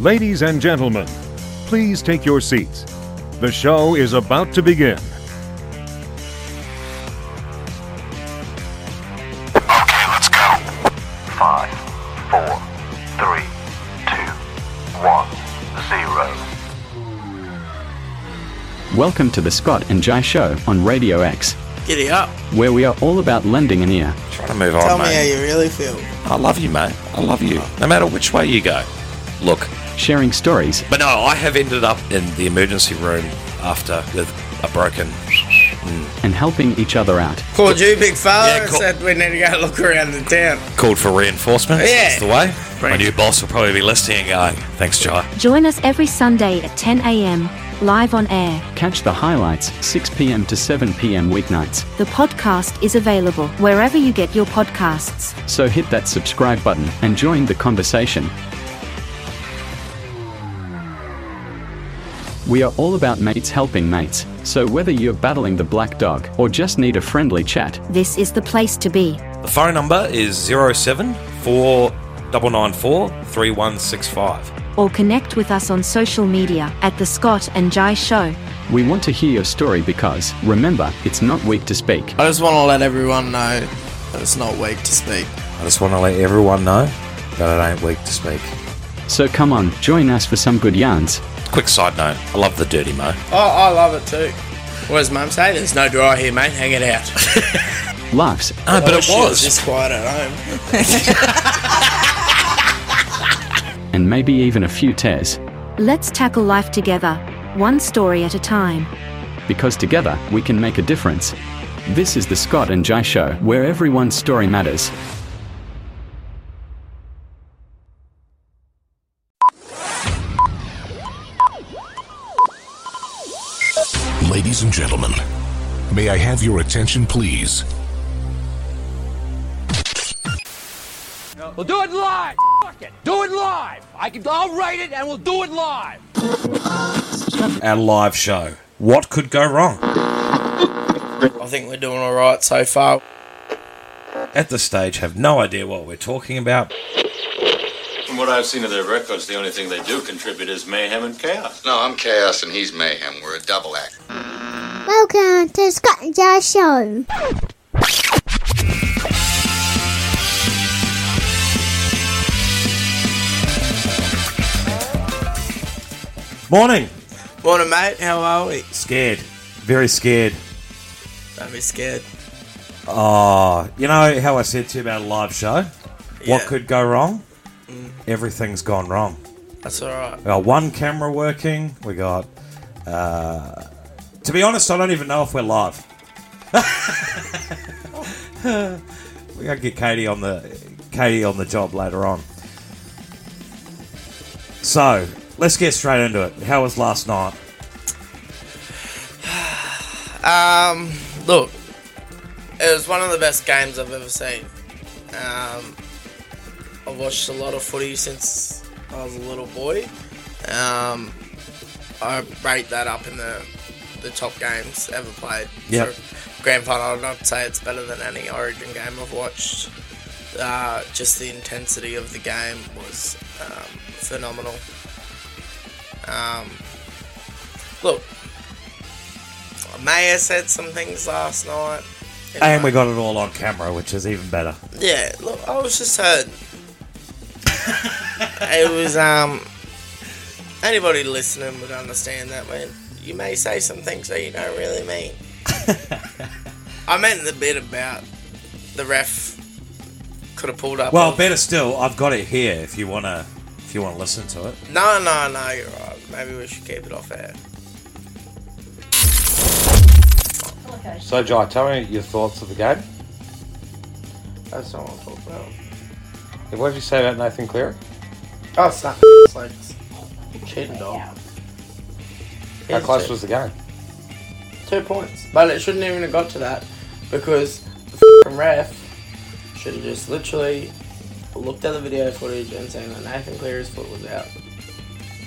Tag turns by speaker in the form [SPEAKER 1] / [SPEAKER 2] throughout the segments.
[SPEAKER 1] Ladies and gentlemen, please take your seats. The show is about to begin.
[SPEAKER 2] Okay, let's go. Five, four, three, two, one, zero.
[SPEAKER 3] Welcome to the Scott and Jai Show on Radio X,
[SPEAKER 4] Giddy up. Oh,
[SPEAKER 3] where we are all about lending an ear.
[SPEAKER 5] Trying to move on,
[SPEAKER 4] Tell me how
[SPEAKER 5] mate.
[SPEAKER 4] you really feel.
[SPEAKER 5] I love you, mate. I love you. No matter which way you go. Look,
[SPEAKER 3] sharing stories,
[SPEAKER 5] but no, I have ended up in the emergency room after with a broken.
[SPEAKER 3] and helping each other out.
[SPEAKER 4] Called you, big fella,
[SPEAKER 5] Yeah,
[SPEAKER 4] and
[SPEAKER 5] call-
[SPEAKER 4] said we need to go look around the town.
[SPEAKER 5] Called for reinforcements.
[SPEAKER 4] Yeah.
[SPEAKER 5] That's the way. My new boss will probably be listening and going, thanks, Jai.
[SPEAKER 6] Join us every Sunday at 10 a.m., live on air.
[SPEAKER 3] Catch the highlights 6 p.m. to 7 p.m. weeknights.
[SPEAKER 6] The podcast is available wherever you get your podcasts.
[SPEAKER 3] So hit that subscribe button and join the conversation. We are all about mates helping mates, so whether you're battling the black dog or just need a friendly chat,
[SPEAKER 6] This is the place to be.
[SPEAKER 5] The phone number is 07 3165.
[SPEAKER 6] Or connect with us on social media at The Scott and Jai Show.
[SPEAKER 3] we want to hear your story because, remember, it's not weak to speak.
[SPEAKER 4] I just want to let everyone know that it's not weak to speak.
[SPEAKER 5] I just want to let everyone know that I ain't weak to speak.
[SPEAKER 3] So come on, join us for some good yarns.
[SPEAKER 5] Quick side note I love the dirty mo.
[SPEAKER 4] Oh, I love it too. What does mum say? There's no dry here, mate. Hang it out.
[SPEAKER 3] Laughs,
[SPEAKER 5] No, but
[SPEAKER 4] Oh,
[SPEAKER 5] it
[SPEAKER 4] she
[SPEAKER 5] was.
[SPEAKER 4] just quiet at home.
[SPEAKER 3] and maybe even a few tears.
[SPEAKER 6] Let's tackle life together, one story at a time.
[SPEAKER 3] Because together, we can make a difference. This is the Scott and Jai Show, where everyone's story matters.
[SPEAKER 7] Ladies and gentlemen, may I have your attention, please?
[SPEAKER 8] We'll do it live. Fuck it. Do it live. I can. I'll write it, and we'll do it live.
[SPEAKER 5] Our live show. What could go wrong?
[SPEAKER 4] I think we're doing all right so far.
[SPEAKER 5] At this stage, have no idea what we're talking about.
[SPEAKER 9] From what I've seen of their records, the only thing they do contribute is mayhem and chaos.
[SPEAKER 10] No, I'm Chaos and he's Mayhem. We're a double act.
[SPEAKER 11] Welcome to Scott and Josh Show.
[SPEAKER 5] Morning.
[SPEAKER 4] Morning, mate. How are we?
[SPEAKER 5] Scared. Very scared.
[SPEAKER 4] Don't be scared.
[SPEAKER 5] Oh, you know how I said to you about a live show? What
[SPEAKER 4] Yeah.
[SPEAKER 5] could go wrong? Everything's gone wrong.
[SPEAKER 4] That's all right.
[SPEAKER 5] We got one camera working. We got. Uh, to be honest, I don't even know if we're live. we gotta get Katie on the Katie on the job later on. So let's get straight into it. How was last night?
[SPEAKER 4] Um, look, it was one of the best games I've ever seen. Um, I've watched a lot of footy since I was a little boy. Um, I rate that up in the the top games ever played.
[SPEAKER 5] Yep.
[SPEAKER 4] For Grand final, I'd not say it's better than any Origin game I've watched. Uh, just the intensity of the game was um, phenomenal. Um, look, I may have said some things last night. You
[SPEAKER 5] And
[SPEAKER 4] know.
[SPEAKER 5] we got it all on camera, which is even better.
[SPEAKER 4] Yeah, look, I was just hurt. it was um. Anybody listening would understand that when you may say some things that you don't really mean. I meant the bit about the ref could have pulled up.
[SPEAKER 5] Well,
[SPEAKER 4] on-
[SPEAKER 5] better still, I've got it here. If you wanna, if you wanna listen to it.
[SPEAKER 4] No, no, no, you're right. Maybe we should keep it off air.
[SPEAKER 5] So, Jai, tell me your thoughts of the game.
[SPEAKER 4] That's not what I'm talking about.
[SPEAKER 5] What did you say about Nathan Cleary?
[SPEAKER 4] Oh, it's not. It's like cheating dog.
[SPEAKER 5] the game?
[SPEAKER 4] two points. But it shouldn't even have got to that because the f***ing ref should have just literally looked at the video footage and seen that Nathan Cleary's foot was out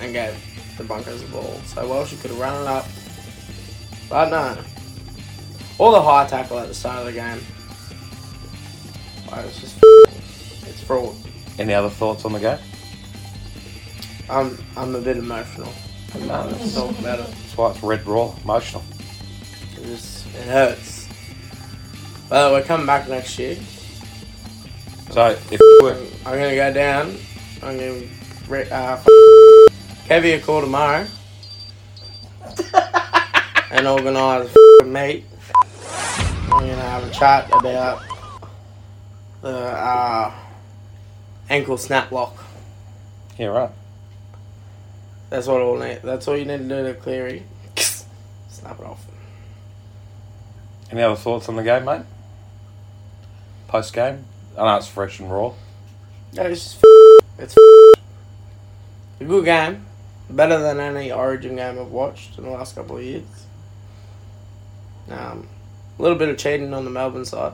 [SPEAKER 4] and gave the Broncos the ball. So Welsh could have run it up. But no. All the high tackle at the start of the game. Like, it's just f***ing- it's fraud.
[SPEAKER 5] Any other thoughts on the game?
[SPEAKER 4] I'm I'm a bit emotional. Um, let's talk about it.
[SPEAKER 12] That's why it's red raw, emotional.
[SPEAKER 4] It just it hurts. Well, we're coming back next year.
[SPEAKER 12] So if you were,
[SPEAKER 4] I'm gonna go down. I'm gonna re- uh, Kevy a call tomorrow and organise a meet. I'm gonna have a chat about the uh, ankle snap lock.
[SPEAKER 12] yeah, right.
[SPEAKER 4] That's what all need. That's all you need to do to Cleary. Snap it off.
[SPEAKER 12] Any other thoughts on the game, mate? Post game, I know it's fresh and raw.
[SPEAKER 4] No, it's just it's a good game, better than any Origin game I've watched in the last couple of years. Um, a little bit of cheating on the Melbourne side.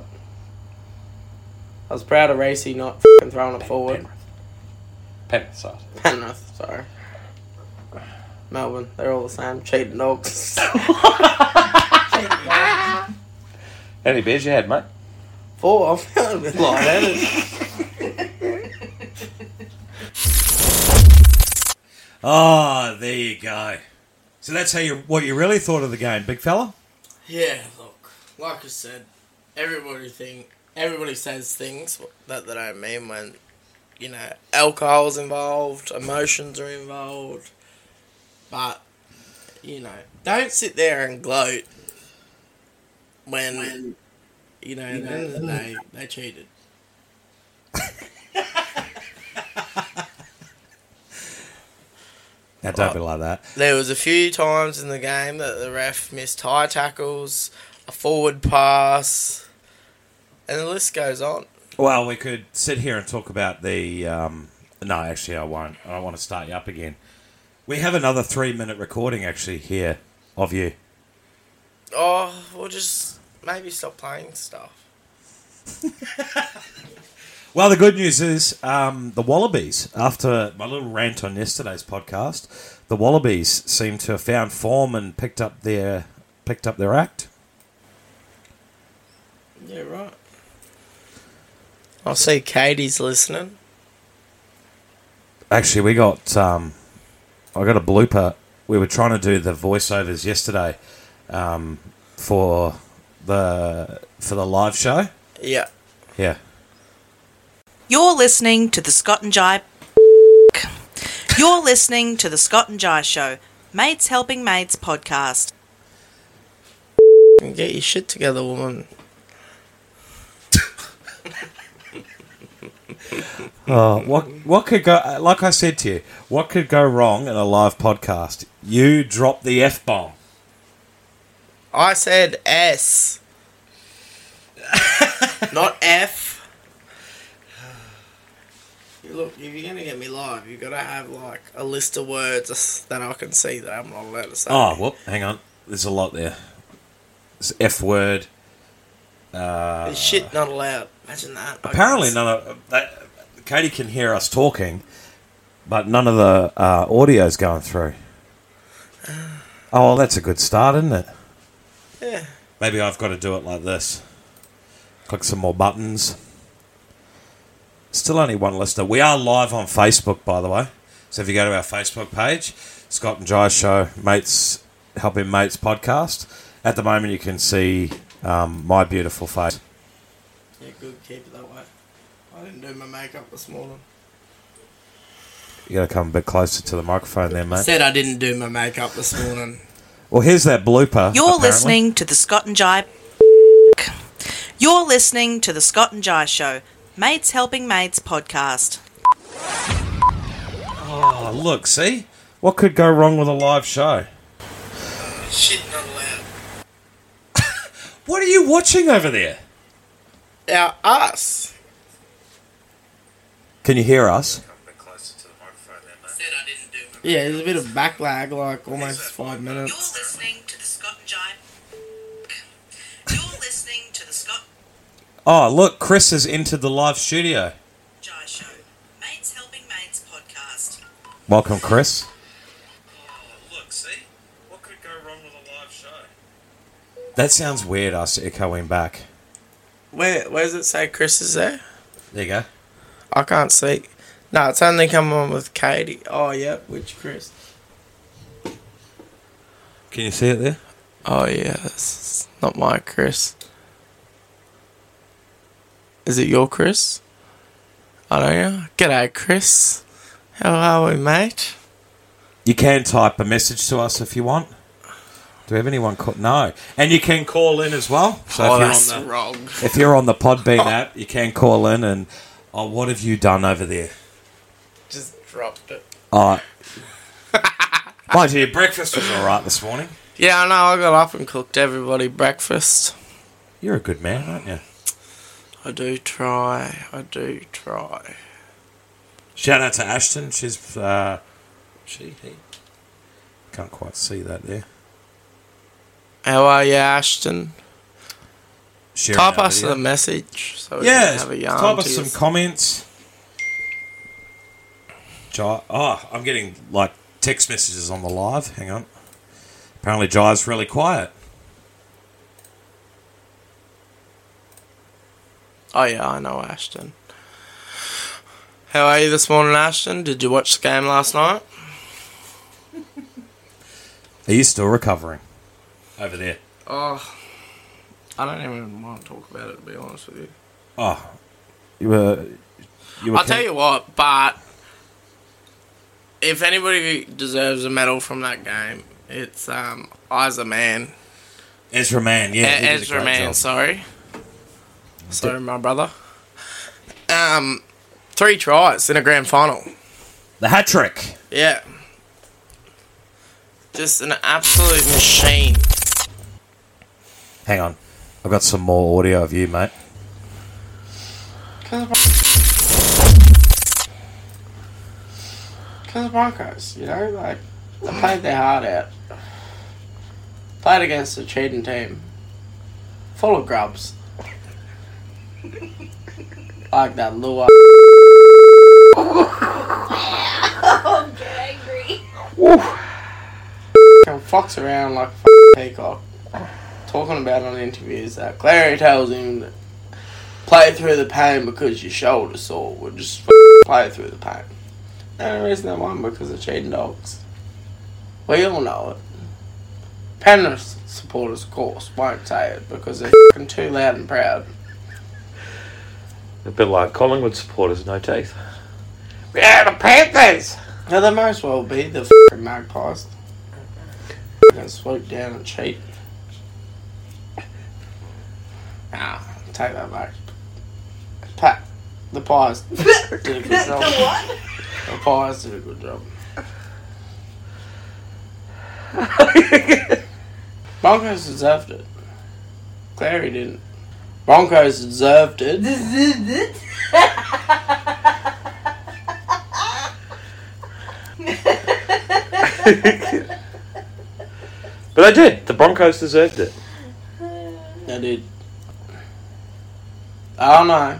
[SPEAKER 4] I was proud of Racy not fing throwing it forward.
[SPEAKER 12] Penrith side.
[SPEAKER 4] Penrith, sorry. Melbourne, they're all the same. Cheating dogs.
[SPEAKER 12] How many beers you had, mate?
[SPEAKER 4] Four, I'm feeling a bit light-headed.
[SPEAKER 5] Ah, there you go. So that's how you what you really thought of the game, big fella.
[SPEAKER 4] Yeah, look, like I said, everybody think everybody says things that they don't mean when you know alcohol's involved, emotions are involved, but you know, don't sit there and gloat when you know at the end of the day they cheated.
[SPEAKER 5] Now don't be like that.
[SPEAKER 4] There was a few times in the game that the ref missed high tackles, a forward pass, and the list goes on.
[SPEAKER 5] Well, we could sit here and talk about the. Um, no, actually, I won't. I don't want to start you up again. We have another three-minute recording actually here of you.
[SPEAKER 4] Oh, we'll just maybe stop playing stuff.
[SPEAKER 5] Well, the good news is um, the Wallabies. After my little rant on yesterday's podcast, the Wallabies seem to have found form and picked up their picked up their act.
[SPEAKER 4] Yeah, right. I'll see Katie's listening.
[SPEAKER 5] Actually, we got um, I got a blooper. We were trying to do the voiceovers yesterday um, for the for the live show.
[SPEAKER 4] Yeah.
[SPEAKER 5] Yeah,
[SPEAKER 13] You're listening to the Scott and Jai. You're listening to the Scott and Jai Show, Mates Helping Mates podcast.
[SPEAKER 4] Get your shit together, woman.
[SPEAKER 5] Oh, what what could go? Like I said to you, what could go wrong in a live podcast? You drop the f bomb.
[SPEAKER 4] I said S. Not F. You Look, if you're gonna get me live, you gotta have like a list of words that I can see that I'm not allowed to say.
[SPEAKER 5] Oh, whoop! Hang on, there's a lot there. There's f word. Uh,
[SPEAKER 4] There's shit not allowed. Imagine that.
[SPEAKER 5] Apparently, none of that, Katie can hear us talking, but none of the uh, audio's going through. Oh, well, that's a good start, isn't it?
[SPEAKER 4] Yeah.
[SPEAKER 5] Maybe I've got to do it like this. Click some more buttons. Still only one listener. We are live on Facebook, by the way. So if you go to our Facebook page, Scott and Jai Show, Mates Helping Mates podcast. At the moment, you can see um, my beautiful face.
[SPEAKER 4] Yeah, good. Keep it that way. I didn't do my makeup this morning.
[SPEAKER 5] You got to come a bit closer to the microphone there, mate.
[SPEAKER 4] Said I didn't do my makeup this morning.
[SPEAKER 5] Well, here's that blooper.
[SPEAKER 13] You're
[SPEAKER 5] apparently.
[SPEAKER 13] listening to the Scott and Jai. You're listening to the Scott and Jai Show, Mates Helping Mates podcast.
[SPEAKER 5] Oh, look, see? What could go wrong with a live show?
[SPEAKER 4] Shit not allowed.
[SPEAKER 5] What are you watching over there?
[SPEAKER 4] Now us.
[SPEAKER 5] Can you hear us?
[SPEAKER 4] Yeah, there's a bit of backlag, like almost five minutes.
[SPEAKER 13] You're listening to the Scott
[SPEAKER 5] Oh, look, Chris has entered the live studio.
[SPEAKER 13] and Jai Show, Mates Helping Mates podcast.
[SPEAKER 5] Welcome, Chris. Oh,
[SPEAKER 12] Look, see, what could go wrong with a live show?
[SPEAKER 5] That sounds weird, us echoing back.
[SPEAKER 4] Where Where does it say Chris is there?
[SPEAKER 5] There you go.
[SPEAKER 4] I can't see. No, it's only come on with Katie. Oh, yep, which Chris.
[SPEAKER 5] Can you see it there?
[SPEAKER 4] Oh, yeah, that's not my Chris. Is it your Chris? I don't know. G'day, Chris. How are we, mate?
[SPEAKER 5] You can type a message to us if you want. Do we have anyone call? No, and you can call in as well.
[SPEAKER 4] Oh,
[SPEAKER 5] if you're
[SPEAKER 4] that's
[SPEAKER 5] on the,
[SPEAKER 4] wrong.
[SPEAKER 5] If you're on the Podbean app, you can call in and oh, what have you done over there?
[SPEAKER 4] Just dropped it.
[SPEAKER 5] Oh, mind you, your breakfast was all right this morning.
[SPEAKER 4] Yeah, I know. I got up and cooked everybody breakfast.
[SPEAKER 5] You're a good man, aren't you?
[SPEAKER 4] I do try. I do try.
[SPEAKER 5] Shout out to Ashton. She's uh, she he. Can't quite see that there.
[SPEAKER 4] How are you, Ashton?
[SPEAKER 5] Sharing
[SPEAKER 4] Type
[SPEAKER 5] our
[SPEAKER 4] us
[SPEAKER 5] video.
[SPEAKER 4] a message so we
[SPEAKER 5] yeah,
[SPEAKER 4] can have a yarn.
[SPEAKER 5] type
[SPEAKER 4] to
[SPEAKER 5] us some
[SPEAKER 4] you.
[SPEAKER 5] comments. Jai- Oh, I'm getting like text messages on the live. Hang on. Apparently, Jai's really quiet.
[SPEAKER 4] Oh yeah, I know Ashton. How are you this morning, Ashton? Did you watch the game last night?
[SPEAKER 5] Are you still recovering? Over there.
[SPEAKER 4] Oh, I don't even want to talk about it. To be honest with you,
[SPEAKER 5] Oh, you were. You were
[SPEAKER 4] I'll tell you what. But if anybody deserves a medal from that game, it's um, Isa Man.
[SPEAKER 5] Ezra Man, yeah,
[SPEAKER 4] E-
[SPEAKER 5] he did a
[SPEAKER 4] Ezra
[SPEAKER 5] great
[SPEAKER 4] Man.
[SPEAKER 5] job.
[SPEAKER 4] Sorry, sorry, my brother. Um, three tries in a grand final.
[SPEAKER 5] The hat trick.
[SPEAKER 4] Yeah. Just an absolute machine.
[SPEAKER 5] Hang on. I've got some more audio of you, mate.
[SPEAKER 4] Because the Broncos, you know, like, they played their heart out. Played against a cheating team. Full of grubs. like that lure.
[SPEAKER 14] I'm angry.
[SPEAKER 4] and fucks around like f- peacock, talking about on interviews that Clary tells him that play through the pain because your shoulder sore. Well, just f- play through the pain. The only reason they won because of cheating dogs. We all know it. Penrith supporters, of course, won't say it because they're f***ing too loud and proud.
[SPEAKER 15] A bit like Collingwood supporters, no teeth.
[SPEAKER 4] Yeah, the Panthers! Now, they might as well be the f***ing Magpies. They're gonna swoop down and cheat. Nah, take that back. Pat, the Pies did a good job.
[SPEAKER 14] The what?
[SPEAKER 4] The Pies did a good job. Broncos deserved it. Clary didn't. Broncos deserved it.
[SPEAKER 15] But they did. The Broncos deserved it.
[SPEAKER 4] They did. I don't know.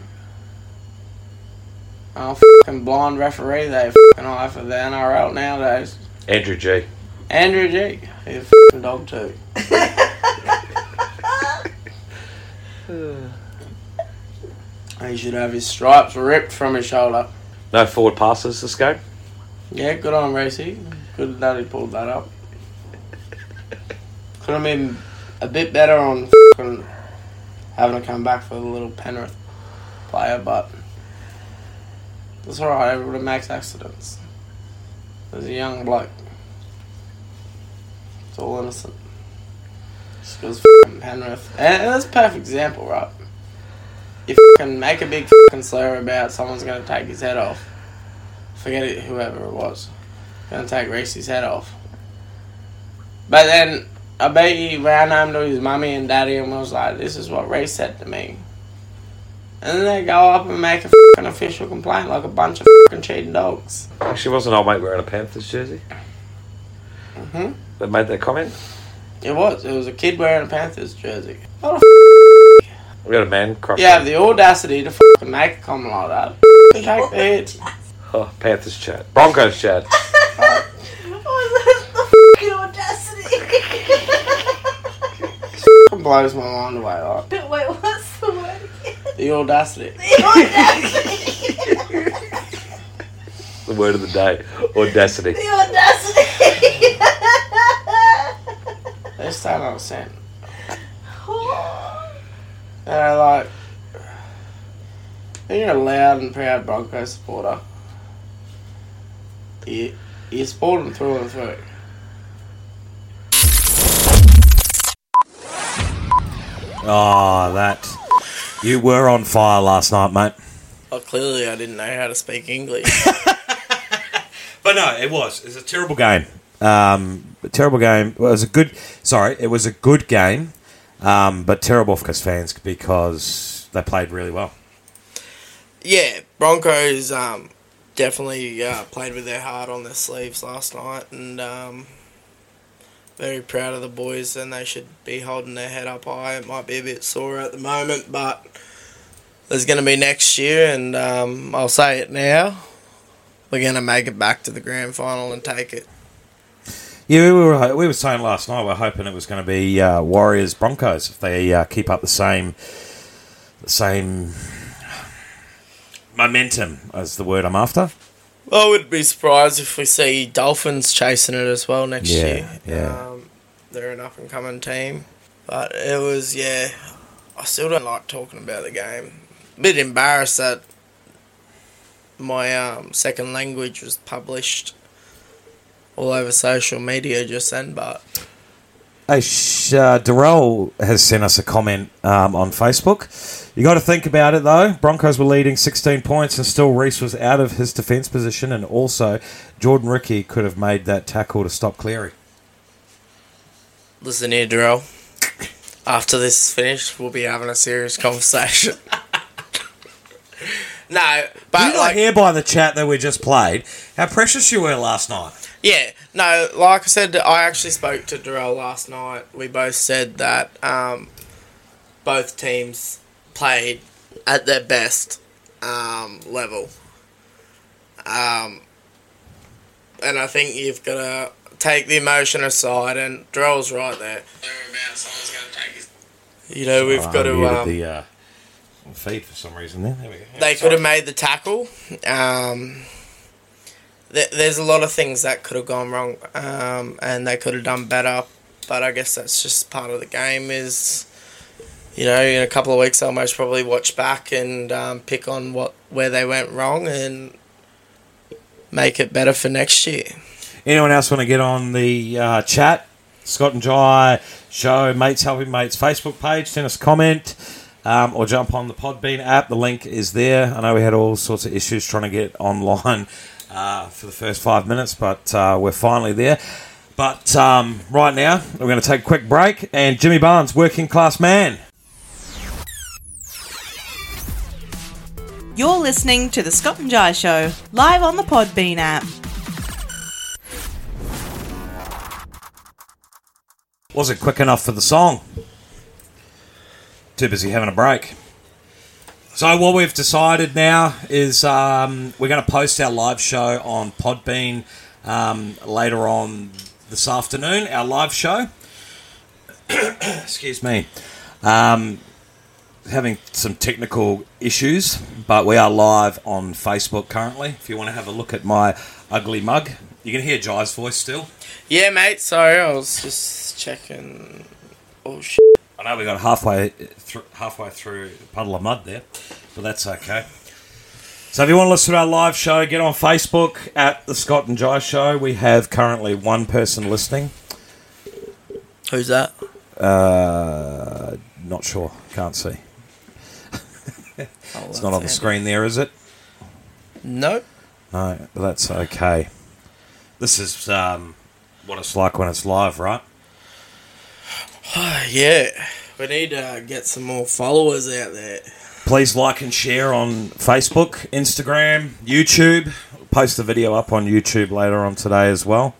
[SPEAKER 4] How fucking blind referee they fucking are for the NRL nowadays.
[SPEAKER 15] Andrew G.
[SPEAKER 4] Andrew G. He's a fucking dog too. he should have his stripes ripped from his shoulder.
[SPEAKER 15] No forward passes this game.
[SPEAKER 4] Yeah, good on Racy. Good that he pulled that up. Could have been a bit better on fucking having to come back for the little Penrith player, but it's alright. Everybody makes accidents. There's a young bloke. It's all innocent. Just because fucking Penrith. And and that's a perfect example, right? You fucking make a big fucking slur about someone's going to take his head off forget it, whoever it was, gonna take Reese's head off. But then I bet he ran home to his mummy and daddy and was like, "This is what Reese said to me." And then they go up and make a fucking official complaint like a bunch of fucking cheating dogs.
[SPEAKER 15] Actually, wasn't old mate wearing a Panthers jersey
[SPEAKER 4] hmm
[SPEAKER 15] that made that comment?
[SPEAKER 4] It was. It was a kid wearing a Panthers jersey.
[SPEAKER 15] We got a man crush.
[SPEAKER 4] You have the audacity to fucking make a comment like that. Take the hit.
[SPEAKER 15] Oh, Panthers chat. Broncos chat.
[SPEAKER 4] It blows my mind away. Like,
[SPEAKER 14] Wait, what's the word?
[SPEAKER 4] the audacity.
[SPEAKER 14] The audacity.
[SPEAKER 15] the word of the day. Audacity.
[SPEAKER 14] The audacity.
[SPEAKER 4] This time I was sent. And I like. When you're a loud and proud Bronco supporter, you, you support them through and through.
[SPEAKER 5] Oh, that. You were on fire last night, mate.
[SPEAKER 4] Oh, clearly I didn't know how to speak English.
[SPEAKER 5] But no, it was. It's a terrible game. Um, a terrible game. Well, it was a good. Sorry, it was a good game, um, but terrible for fans because they played really well.
[SPEAKER 4] yeah, Broncos um, definitely uh, played with their heart on their sleeves last night, and um, very proud of the boys. And they should be holding their head up high. It might be a bit sore at the moment, but there's going to be next year, and um, I'll say it now: we're going to make it back to the grand final and take it.
[SPEAKER 5] Yeah, we were we were saying last night we are hoping it was going to be uh, Warriors Broncos if they uh, keep up the same the same momentum as the word I'm after.
[SPEAKER 4] I would be surprised if we see Dolphins chasing it as well next
[SPEAKER 5] Yeah,
[SPEAKER 4] year.
[SPEAKER 5] yeah.
[SPEAKER 4] Um, they're an up and coming team. But it was, yeah, I still don't like talking about the game. Bit embarrassed that my um, second language was published all over social media just then, but
[SPEAKER 5] Hey, sh- uh, Darrell has sent us a comment um, on Facebook. You got to think about it though. Broncos were leading 16 points, and still Reese was out of his defence position, and also Jordan Ricky could have made that tackle to stop Cleary.
[SPEAKER 4] listen here, Darrell. After this is finished, we'll be having a serious conversation. no,
[SPEAKER 5] But you like, hear by the chat that we just played how precious you were last night.
[SPEAKER 4] Yeah, no, like I said, I actually spoke to Darrell last night. We both said that um, both teams played at their best um, level. Um, and I think you've got to take the emotion aside, and Darrell's right there. You know, we've got to. Um,
[SPEAKER 5] the uh, feed for some reason. There, there we go.
[SPEAKER 4] they could have made the tackle. Um, th- there's a lot of things that could have gone wrong, um, and they could have done better. But I guess that's just part of the game. Is you know, in a couple of weeks, I'll most probably watch back and um, pick on what where they went wrong and make it better for next year.
[SPEAKER 5] Anyone else want to get on the uh, chat? Scott and Jai show mates helping mates Facebook page. Send us a comment um, or jump on the Podbean app. The link is there. I know we had all sorts of issues trying to get online uh, for the first five minutes, but uh, we're finally there. But um, right now, we're going to take a quick break. And Jimmy Barnes, working class man.
[SPEAKER 13] You're listening to the Scott and Jai Show live on the Podbean app.
[SPEAKER 5] Wasn't quick enough for the song. Too busy having a break. So what we've decided now is um, we're going to post our live show on Podbean um, later on this afternoon. Our live show. Excuse me. Um, having some technical issues, but we are live on Facebook currently. If you want to have a look at my ugly mug, you can hear Jai's voice still.
[SPEAKER 4] Yeah, mate. Sorry, I was just checking. Oh shit.
[SPEAKER 5] I know we got halfway thr halfway through a puddle of mud there, but that's okay. So if you want to listen to our live show, get on Facebook at the Scott and Jai Show. We have currently one person listening.
[SPEAKER 4] Who's that?
[SPEAKER 5] Uh, not sure. Can't see. it's not on the
[SPEAKER 4] Oh, that's
[SPEAKER 5] screen there, is it?
[SPEAKER 4] Nope.
[SPEAKER 5] No, that's okay. This is um, what it's like when it's live, right?
[SPEAKER 4] Ah, yeah, we need to get some more followers out there.
[SPEAKER 5] Please like and share on Facebook, Instagram, YouTube. We'll post the video up on YouTube later on today as well.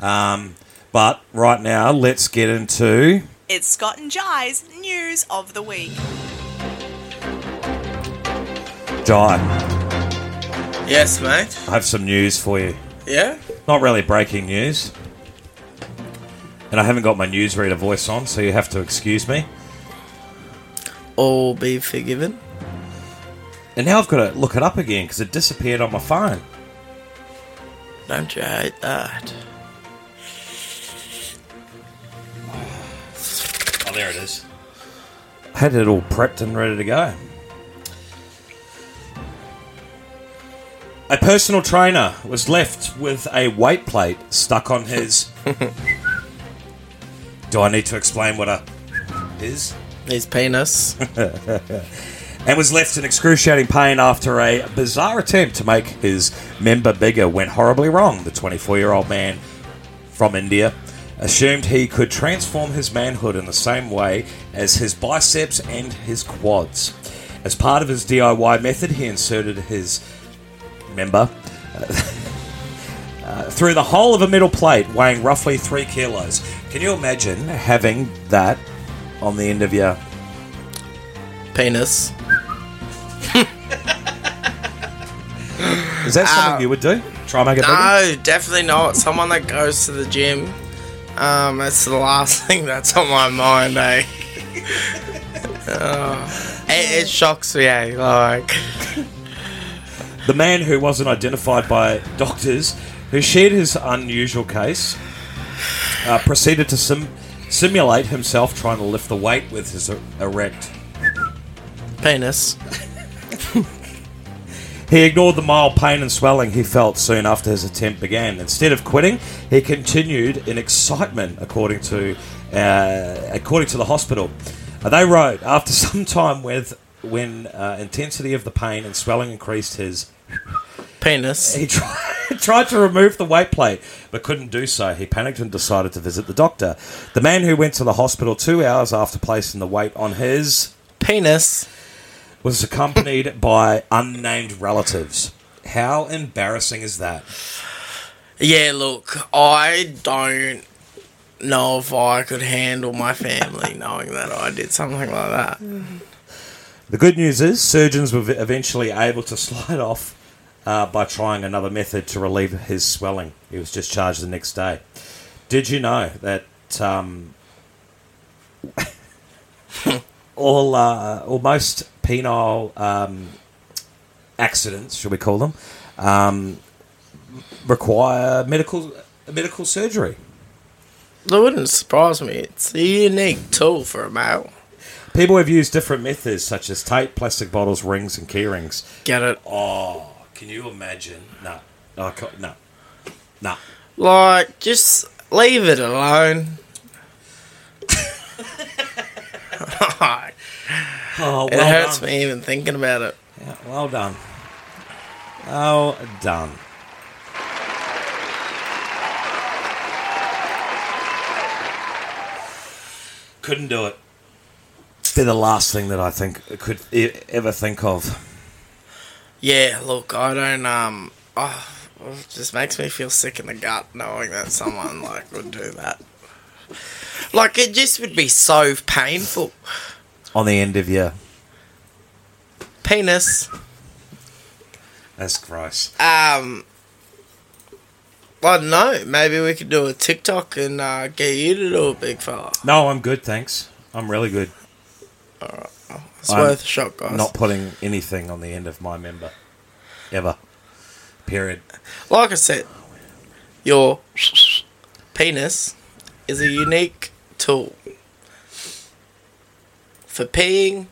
[SPEAKER 5] Um, but right now, let's get into
[SPEAKER 13] It's Scott and Jai's news of the week.
[SPEAKER 5] Jai.
[SPEAKER 4] Yes, mate.
[SPEAKER 5] I have some news for you.
[SPEAKER 4] Yeah?
[SPEAKER 5] Not really breaking news. And I haven't got my newsreader voice on, so you have to excuse me.
[SPEAKER 4] All be forgiven.
[SPEAKER 5] And now I've got to look it up again because it disappeared on my phone.
[SPEAKER 4] Don't you hate that?
[SPEAKER 5] Oh, there it is. Had it all prepped and ready to go. A personal trainer was left with a weight plate stuck on his. Do I need to explain what a is?
[SPEAKER 4] His penis.
[SPEAKER 5] and was left in excruciating pain after a bizarre attempt to make his member bigger went horribly wrong. The 24 year old man from India assumed he could transform his manhood in the same way as his biceps and his quads. As part of his DIY method, he inserted his member uh, through the whole of a metal plate weighing roughly three kilos. Can you imagine having that on the end of your
[SPEAKER 4] penis?
[SPEAKER 5] Is that something
[SPEAKER 4] Ow.
[SPEAKER 5] you would do? Try and make it bigger?
[SPEAKER 4] No, definitely not. Someone that goes to the gym, um, that's the last thing that's on my mind, eh? Oh, it, it shocks me, eh? Like,
[SPEAKER 5] The man who wasn't identified by doctors, who shared his unusual case, uh, proceeded to sim- simulate himself trying to lift the weight with his er- erect
[SPEAKER 4] penis.
[SPEAKER 5] He ignored the mild pain and swelling he felt soon after his attempt began. Instead of quitting, he continued in excitement, according to uh, according to the hospital. Uh, they wrote after some time with when uh, intensity of the pain and swelling increased his
[SPEAKER 4] penis.
[SPEAKER 5] He tried, tried to remove the weight plate but couldn't do so. He panicked and decided to visit the doctor. The man who went to the hospital two hours after placing the weight on his
[SPEAKER 4] penis
[SPEAKER 5] was accompanied by unnamed relatives. How embarrassing is that?
[SPEAKER 4] Yeah, look, I don't know if I could handle my family knowing that I did something like that.
[SPEAKER 5] The good news is surgeons were eventually able to slide off uh, by trying another method to relieve his swelling. He was discharged the next day. Did you know that um, all uh, or most penile um, accidents, should we call them, um, require medical medical surgery?
[SPEAKER 4] That wouldn't surprise me. It's a unique tool for a male.
[SPEAKER 5] People have used different methods such as tape, plastic bottles, rings, and key rings.
[SPEAKER 4] Get it?
[SPEAKER 5] Oh, can you imagine? No, no, I can't- no, no.
[SPEAKER 4] Like, just leave it alone.
[SPEAKER 5] Oh, well
[SPEAKER 4] it hurts
[SPEAKER 5] done.
[SPEAKER 4] me even thinking about it.
[SPEAKER 5] Yeah, well done. Well done. Couldn't do it. They're the last thing that I think could e- ever think of.
[SPEAKER 4] Yeah, look, I don't, um, oh, it just makes me feel sick in the gut knowing that someone, like, would do that. Like, it just would be so painful.
[SPEAKER 5] On the end of your.
[SPEAKER 4] Penis.
[SPEAKER 5] That's gross.
[SPEAKER 4] Um, I don't know. Maybe we could do a TikTok and uh, get you to do a big fella.
[SPEAKER 5] No, I'm good, thanks. I'm really good.
[SPEAKER 4] It's worth a shot, guys.
[SPEAKER 5] Not putting anything on the end of my member. Ever. Period.
[SPEAKER 4] Like I said, your penis is a unique tool for peeing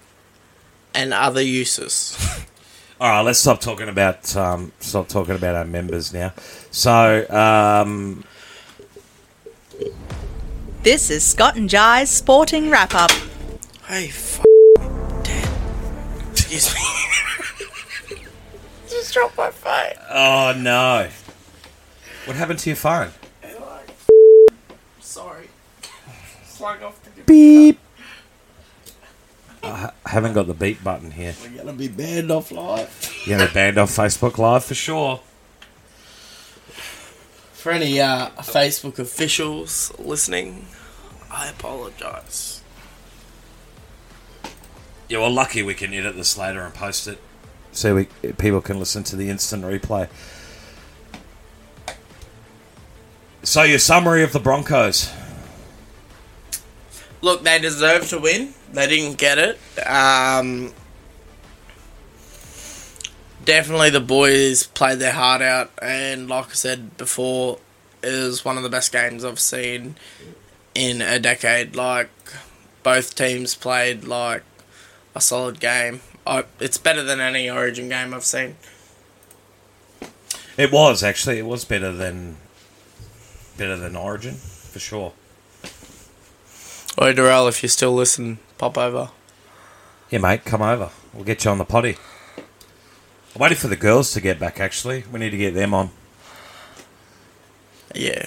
[SPEAKER 4] and other uses.
[SPEAKER 5] All right, let's stop talking about um, stop talking about our members now. So, um,
[SPEAKER 13] This is Scott and Jai's sporting wrap up.
[SPEAKER 4] Hey, f- Dad. Excuse me. Just dropped my phone.
[SPEAKER 5] oh no, what happened to your phone?
[SPEAKER 4] Sorry. Slung off the
[SPEAKER 5] Beep. I ha- haven't got the beep button here.
[SPEAKER 4] We're gonna be banned off live.
[SPEAKER 5] You have a banned on Facebook Live for sure.
[SPEAKER 4] For any uh, Facebook officials listening, I apologise.
[SPEAKER 5] Yeah, well, lucky we can edit this later and post it, so we people can listen to the instant replay. So, your summary of the Broncos.
[SPEAKER 4] Look, they deserve to win. They didn't get it. Um, definitely the boys played their heart out, and like I said before, it was one of the best games I've seen in a decade. Like both teams played like a solid game. I, it's better than any Origin game I've seen.
[SPEAKER 5] It was actually. It was better than better than Origin for sure.
[SPEAKER 4] Oi, Darrell, if you still listen, pop over.
[SPEAKER 5] Yeah, mate, come over. We'll get you on the potty. I'm waiting for the girls to get back. Actually, we need to get them on.
[SPEAKER 4] Yeah.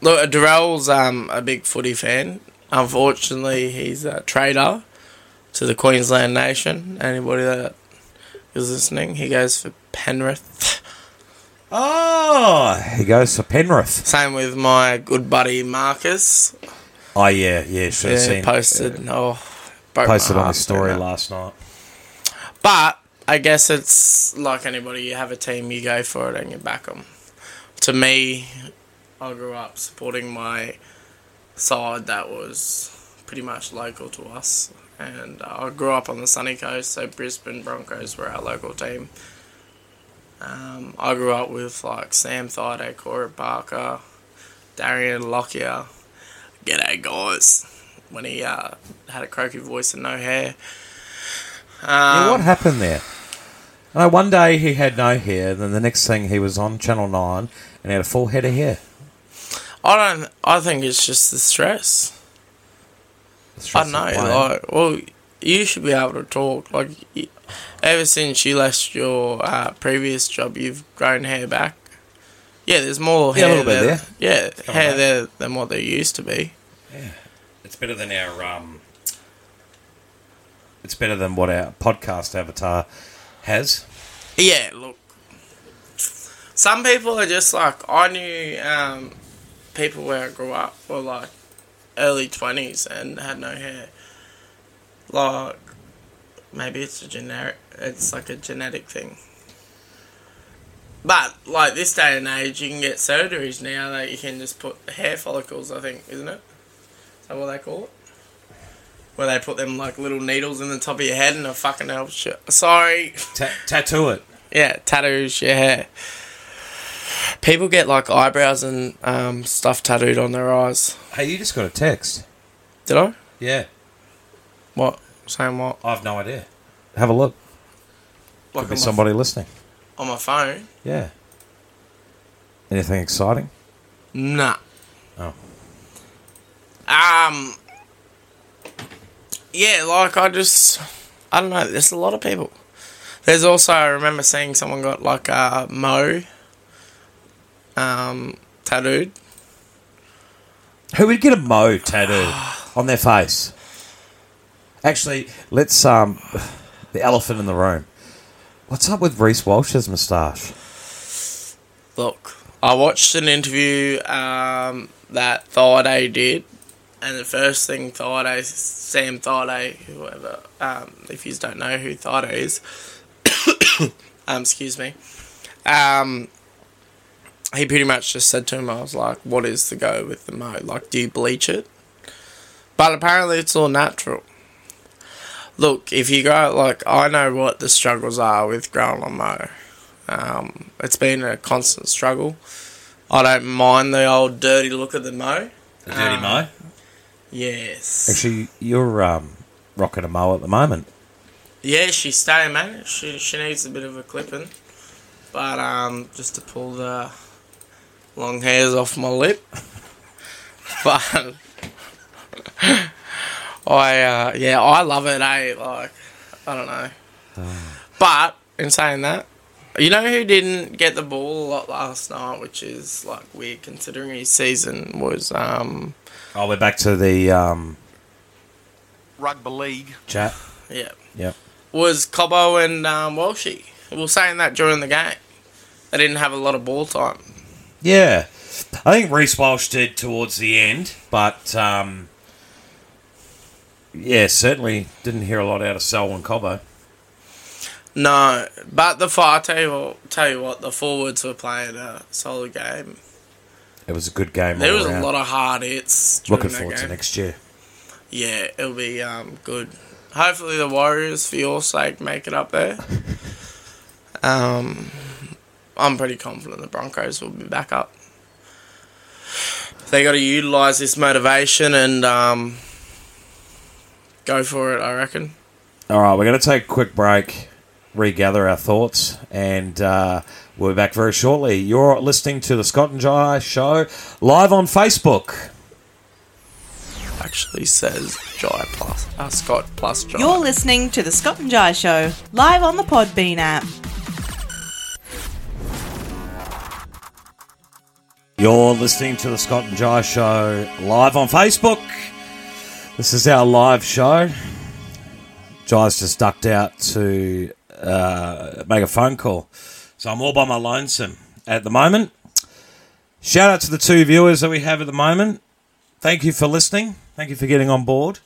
[SPEAKER 4] Look, Darrell's um, a big footy fan. Unfortunately, he's a traitor to the Queensland nation. Anybody that is listening, he goes for Penrith.
[SPEAKER 5] Oh, he goes for Penrith.
[SPEAKER 4] Same with my good buddy Marcus.
[SPEAKER 5] Oh yeah, yeah, should
[SPEAKER 4] Yeah,
[SPEAKER 5] have seen.
[SPEAKER 4] posted. oh, broke my
[SPEAKER 5] posted on
[SPEAKER 4] heart
[SPEAKER 5] his story
[SPEAKER 4] doing that.
[SPEAKER 5] last night.
[SPEAKER 4] But I guess it's like anybody. You have a team, you go for it, and you back them. To me, I grew up supporting my side that was pretty much local to us, and uh, I grew up on the sunny coast. So Brisbane Broncos were our local team. Um, I grew up with like Sam Thaiday, Corey Barker, Darian Lockyer. G'day guys. When he uh, had a croaky voice and no hair. Um,
[SPEAKER 5] yeah, what happened there? I know one day he had no hair, then the next thing he was on Channel Nine and had a full head of hair.
[SPEAKER 4] I don't. I think it's just the stress. I know,
[SPEAKER 5] of playing.
[SPEAKER 4] like, well, you should be able to talk. Like, y- ever since you left your uh, previous job, you've grown hair back. Yeah, there's more
[SPEAKER 5] Yeah, a
[SPEAKER 4] hair
[SPEAKER 5] little bit
[SPEAKER 4] there.
[SPEAKER 5] there.
[SPEAKER 4] Yeah,
[SPEAKER 5] It's coming
[SPEAKER 4] hair
[SPEAKER 5] back.
[SPEAKER 4] there than what there used to be.
[SPEAKER 5] It's better than our. Um, it's better than what our podcast avatar has.
[SPEAKER 4] Yeah, look. Some people are just like I knew um, people where I grew up were like early twenties and had no hair. Like maybe it's a generic, it's like a genetic thing. But like this day and age, you can get surgeries now that you can just put hair follicles. I think isn't it? Is that what they call it? Where they put them like little needles in the top of your head and it fucking helps you. Sorry.
[SPEAKER 5] Ta- tattoo it.
[SPEAKER 4] Yeah, tattoos your hair. People get like eyebrows and um, stuff tattooed on their eyes.
[SPEAKER 5] Hey, you just got a text.
[SPEAKER 4] Did I?
[SPEAKER 5] Yeah.
[SPEAKER 4] What? Saying what?
[SPEAKER 5] I have no idea. Have a look.
[SPEAKER 4] Like
[SPEAKER 5] Could be
[SPEAKER 4] on my-
[SPEAKER 5] somebody listening.
[SPEAKER 4] On my phone?
[SPEAKER 5] Yeah. Anything exciting?
[SPEAKER 4] Nah.
[SPEAKER 5] Oh.
[SPEAKER 4] Um. Yeah, like I just, I don't know. There's a lot of people. There's also I remember seeing someone got like a mo. Um, tattooed.
[SPEAKER 5] Who would get a mo tattoo on their face? Actually, let's um the elephant in the room. What's up with Reese Walsh's moustache?
[SPEAKER 4] Look, I watched an interview um, that Thaiday did, and the first thing Thaiday, Sam Thaiday, whoever, um, if you don't know who Thaiday is, um, excuse me, um, he pretty much just said to him, I was like, what is the go with the mo? Like, do you bleach it? But apparently it's all natural. Look, if you go, like, I know what the struggles are with growing a mo. Um, it's been a constant struggle. I don't mind the old dirty look of the mo.
[SPEAKER 5] The dirty mo?
[SPEAKER 4] Yes.
[SPEAKER 5] Um, Actually, you're um rocking a mo at the moment.
[SPEAKER 4] Yeah, she's staying, man. She she needs a bit of a clipping, but um, just to pull the long hairs off my lip. but I uh, yeah, I love it. eh? like I don't know. But in saying that, you know who didn't get the ball a lot last night, which is like weird considering his season was um
[SPEAKER 5] Oh, we're back to the um
[SPEAKER 4] rugby league.
[SPEAKER 5] chat.
[SPEAKER 4] Yeah.
[SPEAKER 5] Yep.
[SPEAKER 4] was Cobbo and um, Walshy. We were saying that during the game. They didn't have a lot of ball time.
[SPEAKER 5] Yeah. I think Reese Walsh did towards the end, but um yeah, certainly didn't hear a lot out of Selwyn Cobbo.
[SPEAKER 4] No, but the far tell you what, tell you what the forwards were playing a solid game.
[SPEAKER 5] It was a good game.
[SPEAKER 4] there
[SPEAKER 5] all
[SPEAKER 4] was
[SPEAKER 5] around.
[SPEAKER 4] a lot of hard hits. during
[SPEAKER 5] Looking
[SPEAKER 4] that
[SPEAKER 5] forward to
[SPEAKER 4] game.
[SPEAKER 5] next year.
[SPEAKER 4] Yeah, it'll be um, good. Hopefully the Warriors, for your sake, make it up there. Um, I'm pretty confident the Broncos will be back up. They got to utilize this motivation and um, go for it. I reckon.
[SPEAKER 5] All right, we're going to take a quick break, regather our thoughts, and uh, we'll be back very shortly. You're listening to the Scott and Jai Show live on Facebook.
[SPEAKER 4] Actually, says Jai plus uh, Scott plus Jai.
[SPEAKER 13] You're listening to the Scott and Jai Show live on the Podbean app.
[SPEAKER 5] You're listening to the Scott and Jai Show live on Facebook. This is our live show. Jai's just ducked out to uh, make a phone call, so I'm all by my lonesome at the moment. Shout out to the two viewers that we have at the moment. Thank you for listening. Thank you for getting on board.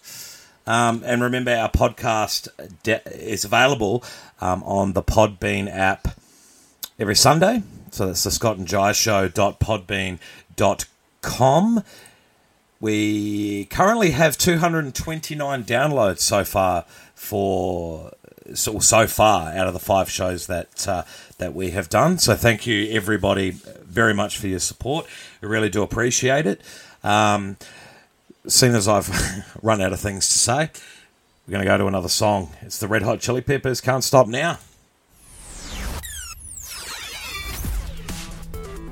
[SPEAKER 5] Um, and remember, our podcast de- is available um, on the Podbean app every Sunday. So that's the Scott and Jai Show.podbean.com. We currently have 229 downloads so far for so, so far out of the five shows that uh, that we have done. So thank you everybody very much for your support. We really do appreciate it. Um, seeing as I've run out of things to say, we're going to go to another song. It's the Red Hot Chili Peppers. Can't stop now.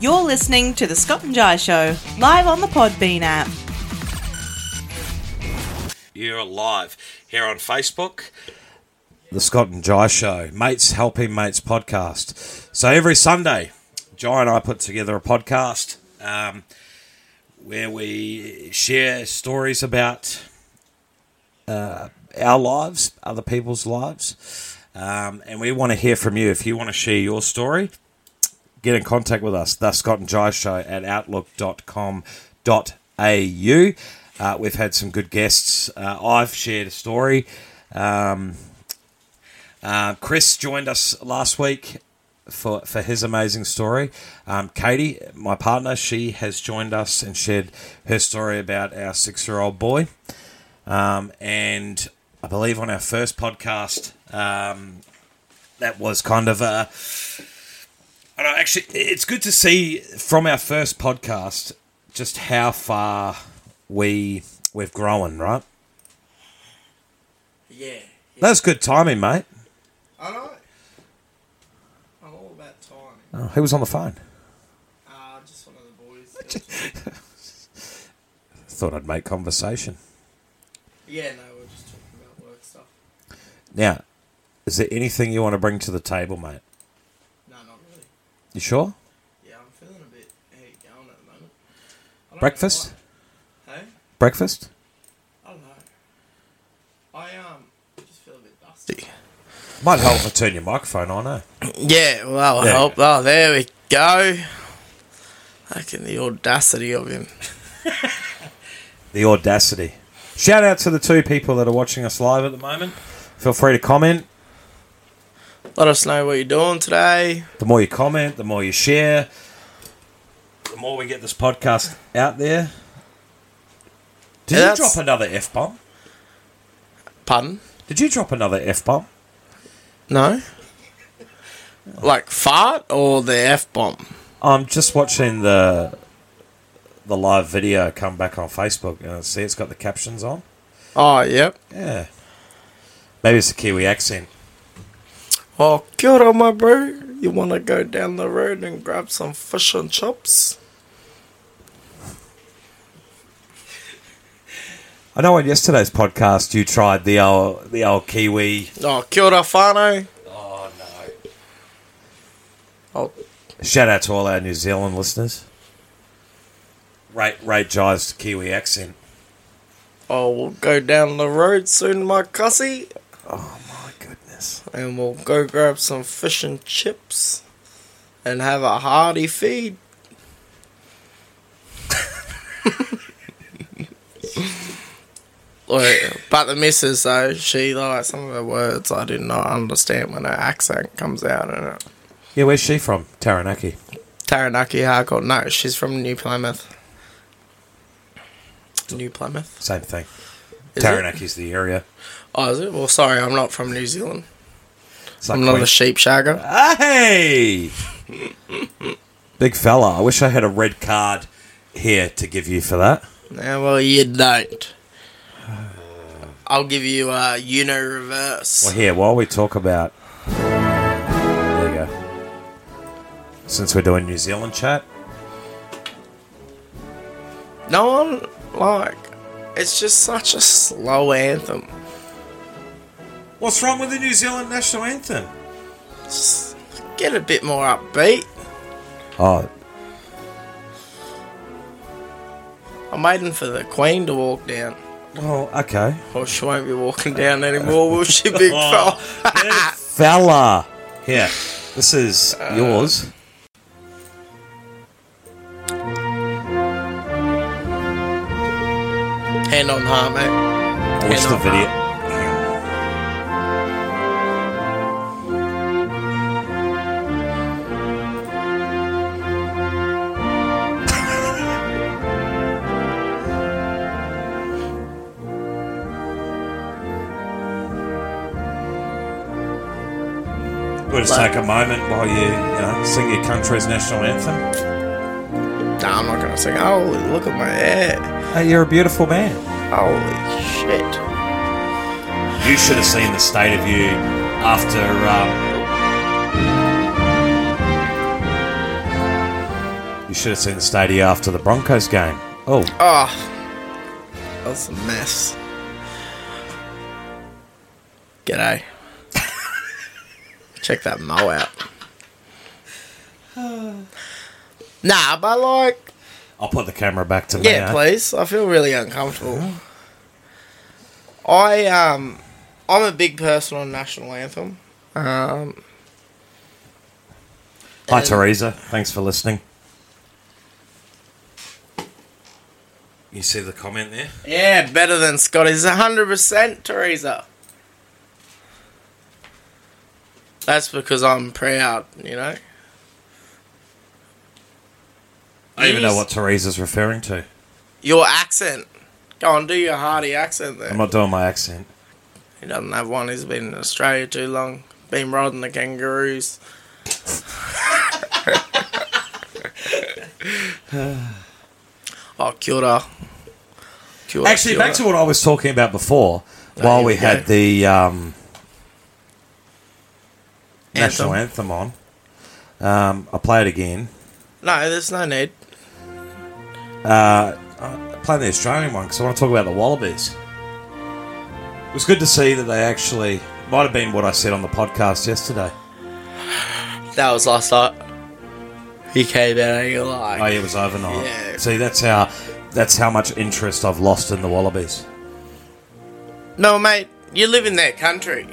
[SPEAKER 13] You're listening to the Scott and Jai Show live on the Podbean app.
[SPEAKER 5] You're live here on Facebook. The Scott and Jai Show, Mates Helping Mates podcast. So every Sunday, Jai and I put together a podcast um, where we share stories about uh, our lives, other people's lives. Um, and we want to hear from you. If you want to share your story, get in contact with us. The Scott and Jai Show at outlook.com.au. Uh, we've had some good guests. Uh, I've shared a story. Um, uh, Chris joined us last week for, for his amazing story. Um, Katie, my partner, she has joined us and shared her story about our six year old boy. Um, and I believe on our first podcast, um, that was kind of a. I don't know, actually, it's good to see from our first podcast just how far we we've grown, right?
[SPEAKER 4] Yeah,
[SPEAKER 5] That's good timing, mate.
[SPEAKER 4] I know. I'm all about time.
[SPEAKER 5] Oh, who was on the phone?
[SPEAKER 4] Uh, just one of the boys.
[SPEAKER 5] Thought I'd make conversation.
[SPEAKER 4] yeah, no, we're just talking about work stuff.
[SPEAKER 5] Now, is there anything you want to bring to the table, mate?
[SPEAKER 4] No, not really.
[SPEAKER 5] You sure?
[SPEAKER 4] Yeah, I'm feeling a bit head going at the moment. I don't know
[SPEAKER 5] Breakfast?
[SPEAKER 4] why. Hey?
[SPEAKER 5] Breakfast?
[SPEAKER 4] I don't know. I um just feel a bit dusty.
[SPEAKER 5] Might help if I turn your microphone on, eh?
[SPEAKER 4] Yeah, well, that'll
[SPEAKER 5] Yeah.
[SPEAKER 4] help. Oh, there we go. Fucking the audacity of him.
[SPEAKER 5] The audacity. Shout out to the two people that are watching us live at the moment. Feel free to comment.
[SPEAKER 4] Let us know what you're doing today.
[SPEAKER 5] The more you comment, the more you share, the more we get this podcast out there. Did
[SPEAKER 4] Yeah,
[SPEAKER 5] you
[SPEAKER 4] that's-
[SPEAKER 5] drop another F bomb?
[SPEAKER 4] Pardon?
[SPEAKER 5] Did you drop another F bomb?
[SPEAKER 4] No. Like fart or the F bomb?
[SPEAKER 5] I'm just watching the the live video come back on Facebook and I see it's got the captions on.
[SPEAKER 4] Oh, yep.
[SPEAKER 5] Yeah. Maybe it's a Kiwi accent.
[SPEAKER 4] Oh, kia ora, my bro. You want to go down the road and grab some fish and chips?
[SPEAKER 5] I know on yesterday's podcast you tried the old the old Kiwi
[SPEAKER 4] Oh, kia ora, whānau. Oh,
[SPEAKER 5] Shout out to all our New Zealand listeners. Rate rate Jai's Kiwi accent.
[SPEAKER 4] Oh, we'll go down the road soon, my cussy.
[SPEAKER 5] Oh my goodness.
[SPEAKER 4] And we'll go grab some fish and chips and have a hearty feed. Like, but the missus, though, she, like, some of the words I did not understand when her accent comes out in it.
[SPEAKER 5] Yeah, where's she from? Taranaki.
[SPEAKER 4] Taranaki Harcourt, no, she's from New Plymouth. New Plymouth?
[SPEAKER 5] Same thing.
[SPEAKER 4] Is it?
[SPEAKER 5] Taranaki's the area.
[SPEAKER 4] Oh, is it? Well, sorry, I'm not from New Zealand.
[SPEAKER 5] like
[SPEAKER 4] I'm not a
[SPEAKER 5] Queen-
[SPEAKER 4] sheep shagger.
[SPEAKER 5] Hey! Big fella, I wish I had a red card here to give you for that.
[SPEAKER 4] Yeah, well, you don't. I'll give you a Uno reverse.
[SPEAKER 5] Well, here, while we talk about. There you go. Since we're doing New Zealand chat,
[SPEAKER 4] No one like. It's just such a slow anthem.
[SPEAKER 5] What's wrong with the New Zealand national anthem?
[SPEAKER 4] Just get a bit more upbeat.
[SPEAKER 5] Oh,
[SPEAKER 4] I'm waiting for the Queen to walk down.
[SPEAKER 5] Well, okay.
[SPEAKER 4] Or she won't be walking down anymore, will she, big fella?
[SPEAKER 5] fella. Here, this is yours.
[SPEAKER 4] Hand on heart, mate.
[SPEAKER 5] Watch the video. We'll just take a moment while you, you know, sing your country's national anthem.
[SPEAKER 4] Nah, I'm not gonna sing. Holy, look at my hair.
[SPEAKER 5] Hey, Uh, you're a beautiful man.
[SPEAKER 4] Holy shit.
[SPEAKER 5] You should have seen the state of you after. Um, um, you should have seen the state of you after the Broncos game. Oh,
[SPEAKER 4] Oh, that's a mess. G'day. Check that mo out. Nah, but like,
[SPEAKER 5] I'll put the camera back to me.
[SPEAKER 4] yeah,
[SPEAKER 5] eh?
[SPEAKER 4] please. I feel really uncomfortable. I um, I'm a big person on national anthem. Um,
[SPEAKER 5] Hi, Teresa. Thanks for listening. You see the comment there?
[SPEAKER 4] yeah, better than Scotty's, hundred percent, Teresa. That's because I'm proud, you know.
[SPEAKER 5] I don't even know what Teresa's referring to.
[SPEAKER 4] Your accent. Go on, do your Hardy accent there.
[SPEAKER 5] I'm not doing my accent.
[SPEAKER 4] He doesn't have one. He's been in Australia too long. Been riding the kangaroos. oh, kia ora. Kia ora,
[SPEAKER 5] Actually,
[SPEAKER 4] kia
[SPEAKER 5] back
[SPEAKER 4] ora.
[SPEAKER 5] to what I was talking about before, while we had the um, national anthem on. Um, I'll play it again.
[SPEAKER 4] No, there's no need.
[SPEAKER 5] Uh, I'm playing the Australian one because I want to talk about the Wallabies. It was good to see that they actually might have been what I said on the podcast yesterday.
[SPEAKER 4] That was last night. He came out and you're like,
[SPEAKER 5] Oh, yeah, it was overnight. See, that's how that's how much interest I've lost in the Wallabies.
[SPEAKER 4] No, mate, you live in their country.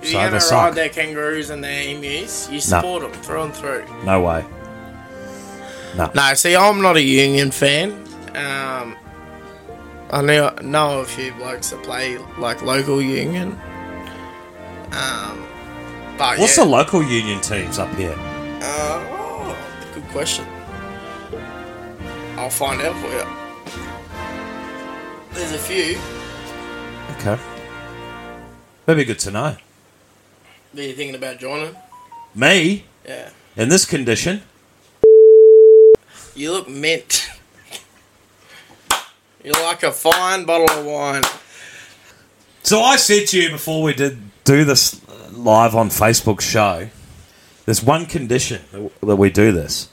[SPEAKER 4] If you're
[SPEAKER 5] So they
[SPEAKER 4] going to
[SPEAKER 5] suck.
[SPEAKER 4] ride their kangaroos and their emus, you
[SPEAKER 5] No.
[SPEAKER 4] support them through and through.
[SPEAKER 5] No way.
[SPEAKER 4] No, see, I'm not a union fan. Um, I know, know a few blokes that play like local union. Um, but
[SPEAKER 5] What's
[SPEAKER 4] yeah,
[SPEAKER 5] the local union teams up here?
[SPEAKER 4] Uh, oh, good question. I'll find out for you. There's a few.
[SPEAKER 5] Okay, that'd be good to know.
[SPEAKER 4] Are you thinking about joining?
[SPEAKER 5] Me
[SPEAKER 4] Yeah.
[SPEAKER 5] in this condition,
[SPEAKER 4] You look mint. You're like a fine bottle of wine.
[SPEAKER 5] So I said to you before we did do this live on Facebook show, there's one condition that w- that we do this,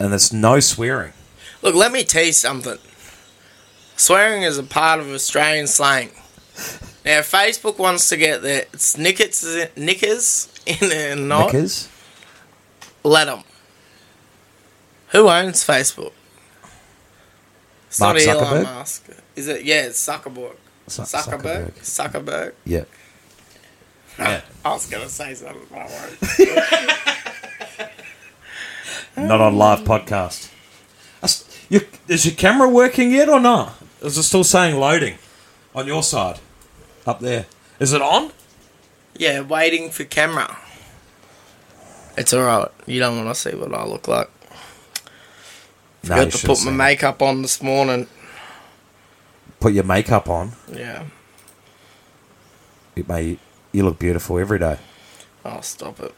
[SPEAKER 5] and there's no swearing.
[SPEAKER 4] Look, let me tell you something. Swearing is a part of Australian slang. Now, if Facebook wants to get their snickers, knickers in their knot,
[SPEAKER 5] Knickers?
[SPEAKER 4] let them. Who owns Facebook? It's
[SPEAKER 5] Mark
[SPEAKER 4] not
[SPEAKER 5] Zuckerberg?
[SPEAKER 4] Elon Musk. Is it? Yeah, it's Zuckerberg.
[SPEAKER 5] Zu-
[SPEAKER 4] Zuckerberg? Zuckerberg.
[SPEAKER 5] Yeah. Yeah.
[SPEAKER 4] I was going to say something, but I won't.
[SPEAKER 5] Not on live podcast. That's- you- is your camera working yet or not? Is it still saying loading on your side up there? Is it on?
[SPEAKER 4] Yeah, waiting for camera. It's alright. You don't want to see what I look like.
[SPEAKER 5] No, you
[SPEAKER 4] Forgot to
[SPEAKER 5] should've
[SPEAKER 4] put my
[SPEAKER 5] seen
[SPEAKER 4] makeup on this morning.
[SPEAKER 5] Put your makeup on.
[SPEAKER 4] Yeah.
[SPEAKER 5] It may you look beautiful every day.
[SPEAKER 4] Oh, stop it.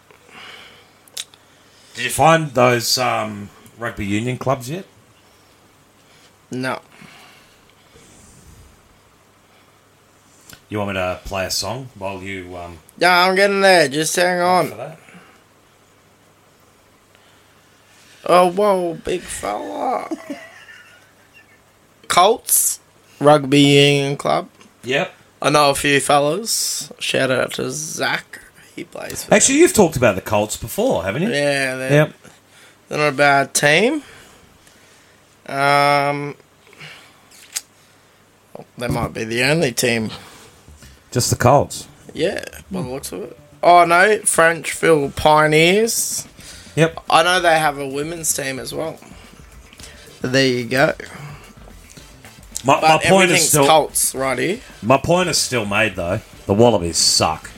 [SPEAKER 5] Did you find those um, rugby union clubs yet?
[SPEAKER 4] No.
[SPEAKER 5] You want me to play a song while you um,
[SPEAKER 4] Yeah, I'm getting there. Just hang on. Oh, whoa, big fella. Colts Rugby Union Club.
[SPEAKER 5] Yep.
[SPEAKER 4] I know a few fellas. Shout out to Zach. He plays for
[SPEAKER 5] Actually, you've talked about the Colts before, haven't you?
[SPEAKER 4] Yeah, they're,
[SPEAKER 5] Yep.
[SPEAKER 4] they're not a bad team. Um, oh, they might be the only team.
[SPEAKER 5] Just the Colts.
[SPEAKER 4] Yeah, by the looks of it. Oh no, Frenchville Pioneers.
[SPEAKER 5] Yep.
[SPEAKER 4] I know they have a women's team as well. There you go.
[SPEAKER 5] My, my
[SPEAKER 4] But
[SPEAKER 5] point is
[SPEAKER 4] everything's
[SPEAKER 5] still
[SPEAKER 4] Colts, right here.
[SPEAKER 5] my point is still made though. The Wallabies suck,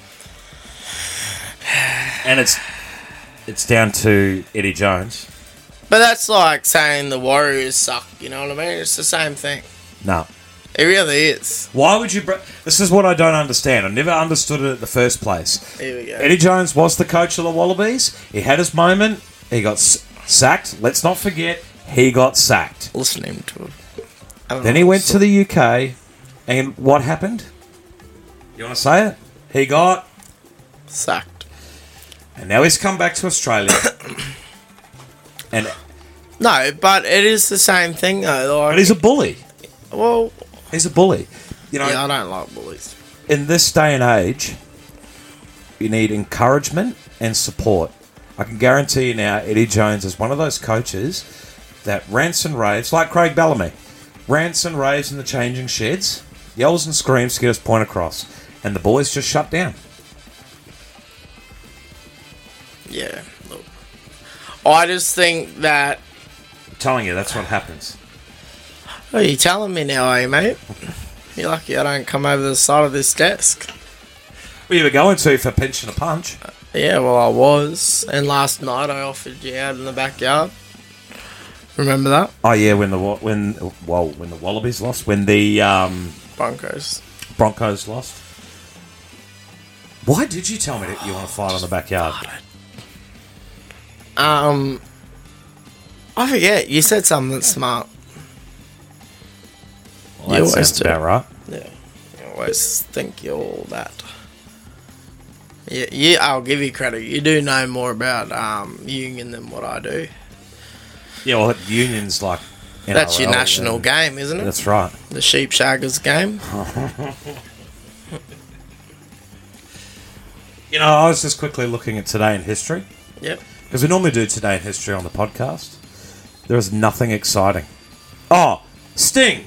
[SPEAKER 5] and it's it's down to Eddie Jones.
[SPEAKER 4] But that's like saying the Warriors suck. You know what I mean? It's the same thing.
[SPEAKER 5] No,
[SPEAKER 4] It really is.
[SPEAKER 5] Why would you? Br- this is what I don't understand. I never understood it in the first place.
[SPEAKER 4] Here we go.
[SPEAKER 5] Eddie Jones was the coach of the Wallabies. He had his moment. He got s- sacked. Let's not forget he got sacked.
[SPEAKER 4] Listening to him.
[SPEAKER 5] Then
[SPEAKER 4] Oh,
[SPEAKER 5] he went to the UK, and what happened? You want to say it? He got
[SPEAKER 4] sacked,
[SPEAKER 5] and now he's come back to Australia. and
[SPEAKER 4] No, but it is the same thing though. Like,
[SPEAKER 5] but he's a bully.
[SPEAKER 4] Well,
[SPEAKER 5] he's a bully. You know,
[SPEAKER 4] yeah, I don't like bullies.
[SPEAKER 5] in this day and age, you need encouragement and support. I can guarantee you now, Eddie Jones is one of those coaches that rants and raves, like Craig Bellamy, rants and raves in the changing sheds, yells and screams to get his point across, and the boys just shut down.
[SPEAKER 4] Yeah. Look. I just think that.
[SPEAKER 5] I'm telling you, that's what happens.
[SPEAKER 4] What are you telling me now, eh, mate? You're lucky I don't come over the side of this desk.
[SPEAKER 5] Well, you were going to for pinching a punch.
[SPEAKER 4] Yeah, well, I was. And last night I offered you out in the backyard. Remember that?
[SPEAKER 5] Oh yeah, when the wa- when well when the Wallabies lost, when the um,
[SPEAKER 4] Broncos
[SPEAKER 5] Broncos lost. Why did you tell me that you want to fight on the backyard?
[SPEAKER 4] Um, I forget. You said something smart.
[SPEAKER 5] Well, that sounds about right.
[SPEAKER 4] Yeah, you always think you're all that. Yeah, yeah, I'll give you credit. You do know more about um, union than what I do.
[SPEAKER 5] Yeah, well, unions like
[SPEAKER 4] That's your
[SPEAKER 5] NRL,
[SPEAKER 4] national
[SPEAKER 5] yeah.
[SPEAKER 4] game, isn't it?
[SPEAKER 5] That's right.
[SPEAKER 4] The Sheep Shaggers game.
[SPEAKER 5] You know, I was just quickly looking at today in history.
[SPEAKER 4] Yep.
[SPEAKER 5] Because we normally do today in history on the podcast. There is nothing exciting. Oh, Sting.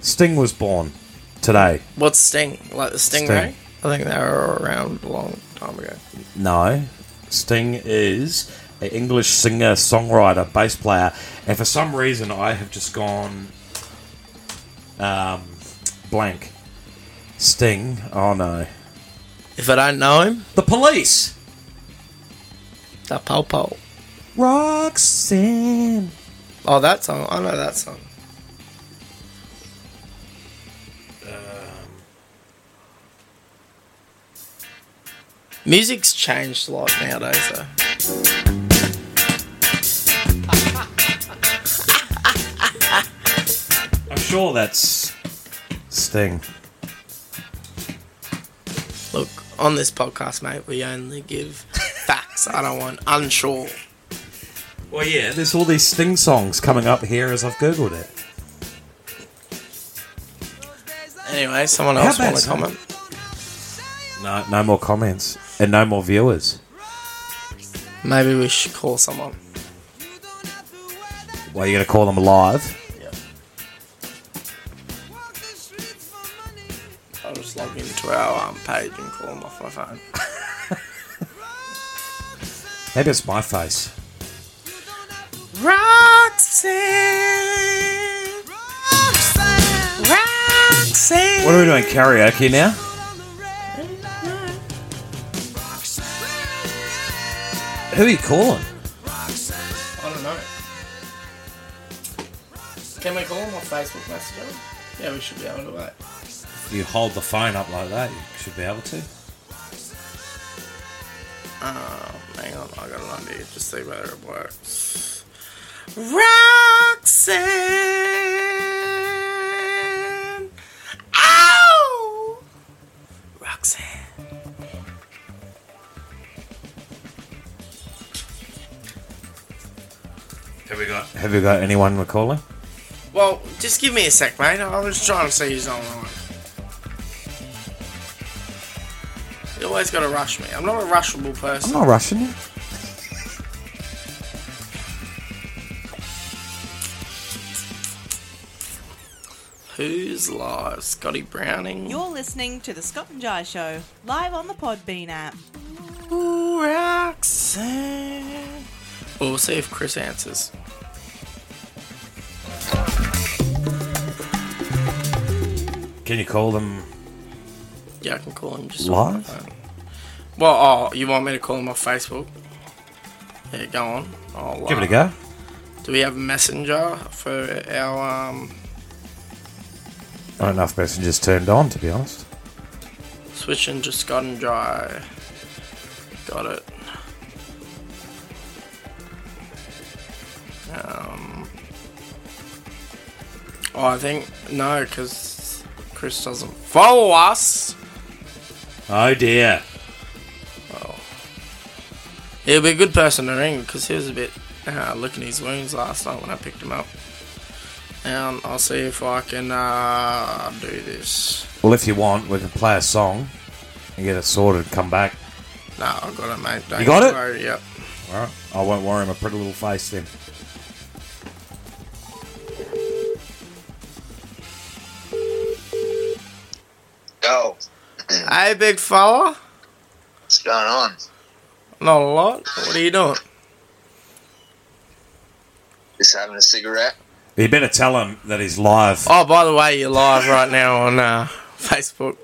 [SPEAKER 5] Sting was born today.
[SPEAKER 4] What's Sting? Like the Stingray? I think they were around a long time ago.
[SPEAKER 5] No, Sting is an English singer, songwriter, bass player, and for some reason I have just gone um, blank. Sting. Oh no.
[SPEAKER 4] If I don't know him,
[SPEAKER 5] the police.
[SPEAKER 4] The Popo.
[SPEAKER 5] Roxanne.
[SPEAKER 4] Oh, that song. I know that song. Um. Music's changed a lot nowadays, though.
[SPEAKER 5] I'm sure that's Sting.
[SPEAKER 4] Look, on this podcast, mate, we only give facts. I don't want unsure.
[SPEAKER 5] Well, yeah, there's all these Sting songs coming up here as I've googled it.
[SPEAKER 4] Anyway, someone
[SPEAKER 5] How
[SPEAKER 4] else
[SPEAKER 5] bad
[SPEAKER 4] want
[SPEAKER 5] is
[SPEAKER 4] to
[SPEAKER 5] that?
[SPEAKER 4] comment?
[SPEAKER 5] No, no more comments and no more viewers.
[SPEAKER 4] Maybe we should call someone.
[SPEAKER 5] Well, you're gonna call them live.
[SPEAKER 4] I'll just log into our um, page and call them off my phone.
[SPEAKER 5] Maybe it's my face.
[SPEAKER 4] Roxanne! Roxanne!
[SPEAKER 5] What are we doing? Karaoke now? Who are you calling?
[SPEAKER 4] I don't know. Can we call them on Facebook Messenger? Yeah, we should be able to, mate.
[SPEAKER 5] If you hold the phone up like that, you should be able to.
[SPEAKER 4] Um, hang on, I got it on here. Just see whether it works. Roxanne. Ow! Roxanne.
[SPEAKER 5] Have we got? Have we got anyone we're calling?
[SPEAKER 4] Well, just give me a sec, mate. I was trying to see who's online. You always gotta rush me. I'm not a rushable person.
[SPEAKER 5] I'm not rushing you.
[SPEAKER 4] Who's live? Scotty Browning.
[SPEAKER 6] You're listening to the Scott and Jai Show live on the Podbean app.
[SPEAKER 4] Ooh, Roxanne. Well, we'll see if Chris answers.
[SPEAKER 5] Can you call them?
[SPEAKER 4] Yeah, I can call him just on my
[SPEAKER 5] Live?
[SPEAKER 4] phone. Well, oh, you want me to call him off Facebook? Yeah, go on. Oh,
[SPEAKER 5] Give it a
[SPEAKER 4] wow.
[SPEAKER 5] go.
[SPEAKER 4] Do we have Messenger for our um,
[SPEAKER 5] Not enough messengers turned on, to be honest.
[SPEAKER 4] switch into Scott and Dry? Got it. Um, oh, I think no, because Chris doesn't follow us.
[SPEAKER 5] Oh dear.
[SPEAKER 4] He'll be a good person to ring because he was a bit uh, licking his wounds last night when I picked him up. And I'll see if I can uh, do this.
[SPEAKER 5] Well, if you want, we can play a song and get it sorted. Come back.
[SPEAKER 4] No, I got it, mate. Don't
[SPEAKER 5] You got
[SPEAKER 4] you
[SPEAKER 5] it?
[SPEAKER 4] Worry. Yep.
[SPEAKER 5] All right. I won't worry my pretty little face then.
[SPEAKER 4] Go. hey, big fella.
[SPEAKER 16] What's going on?
[SPEAKER 4] Not a lot. What are you doing?
[SPEAKER 16] Just having a cigarette?
[SPEAKER 5] You better tell him that he's live.
[SPEAKER 4] Oh, by the way, you're live right now on uh, Facebook.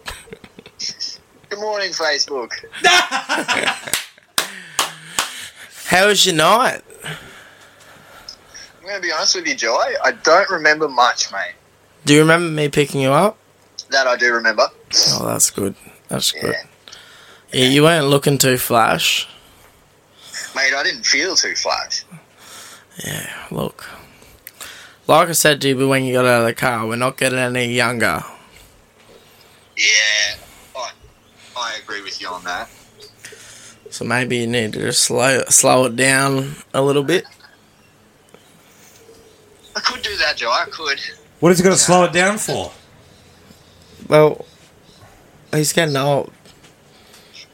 [SPEAKER 16] Good morning, Facebook.
[SPEAKER 4] How was your night?
[SPEAKER 16] I'm going to be honest with you, Joy. I don't remember much, mate.
[SPEAKER 4] Do you remember me picking you up?
[SPEAKER 16] That I do remember.
[SPEAKER 4] Oh, that's good. That's good. Yeah, you weren't looking too flash.
[SPEAKER 16] Mate, I didn't feel too flash.
[SPEAKER 4] Yeah, look. Like I said to you when you got out of the car, we're not getting any younger.
[SPEAKER 16] Yeah, I, I agree with you on that.
[SPEAKER 4] So maybe you need to just slow slow it down a little bit.
[SPEAKER 16] I could do that, Joy. I could.
[SPEAKER 5] What is he going to slow it down for?
[SPEAKER 4] Well, he's getting old.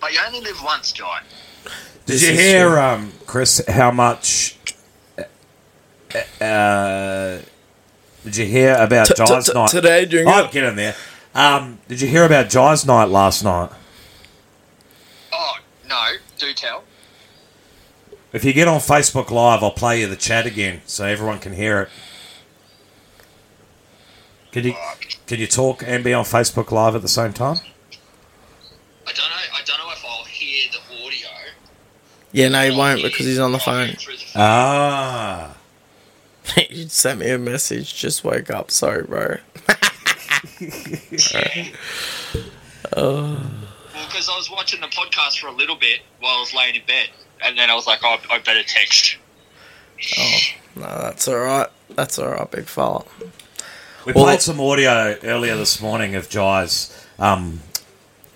[SPEAKER 16] But you only live once, Joy.
[SPEAKER 5] Did
[SPEAKER 4] This
[SPEAKER 5] you
[SPEAKER 4] is
[SPEAKER 5] hear,
[SPEAKER 4] true.
[SPEAKER 5] um, Chris, how much? Uh, did you hear about
[SPEAKER 4] T- t-
[SPEAKER 5] Jai's
[SPEAKER 4] t-
[SPEAKER 5] night
[SPEAKER 4] today during-
[SPEAKER 5] Oh, get in there. Um, did you hear about Jai's night last night?
[SPEAKER 16] Oh, no. Do tell.
[SPEAKER 5] If you get on Facebook Live, I'll play you the chat again so everyone can hear it. Can you can you talk and be on Facebook Live at the same time?
[SPEAKER 16] I don't know. I don't know if I'll hear the audio.
[SPEAKER 4] Yeah, no, he won't because he's on the phone.
[SPEAKER 5] Uh. Ah.
[SPEAKER 4] you sent me a message. Just woke up. Sorry, bro. oh.
[SPEAKER 16] Well, because I was watching the podcast for a little bit while I was laying in bed, and then I was like, oh, I better text.
[SPEAKER 4] oh, no, that's all right. That's all right, big fella.
[SPEAKER 5] We
[SPEAKER 4] Well-
[SPEAKER 5] played some audio earlier this morning of Jai's um,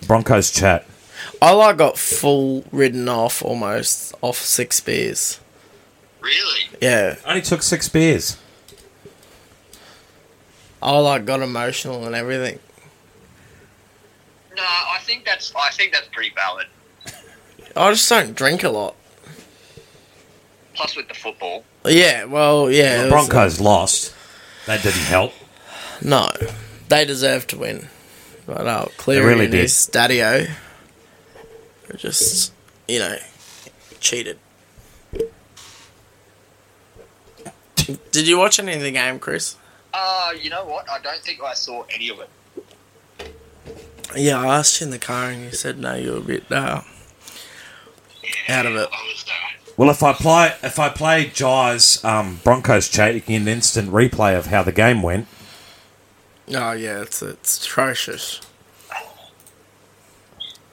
[SPEAKER 5] Broncos chat.
[SPEAKER 4] I like got full ridden off almost off six beers.
[SPEAKER 16] Really?
[SPEAKER 4] Yeah.
[SPEAKER 5] Only took six beers.
[SPEAKER 4] I like got emotional and everything.
[SPEAKER 16] No, I think that's I think that's pretty valid.
[SPEAKER 4] I just don't drink a lot.
[SPEAKER 16] Plus, with the football,
[SPEAKER 4] Yeah, well, yeah.
[SPEAKER 5] the
[SPEAKER 4] it was-
[SPEAKER 5] Broncos lost. That didn't help.
[SPEAKER 4] No, they deserve to win. But uh, clearly,
[SPEAKER 5] really
[SPEAKER 4] in
[SPEAKER 5] did.
[SPEAKER 4] his stadio, just you know, cheated. Did you watch any of the game, Chris?
[SPEAKER 16] uh, you know what? I don't think I saw any of it.
[SPEAKER 4] Yeah, I asked you in the car, and you said no. You were a bit uh, out of it.
[SPEAKER 16] uh,
[SPEAKER 5] Well, if I play if I play Jai's um, Broncos chat, you can get an instant replay of how the game went.
[SPEAKER 4] Oh yeah, it's it's atrocious.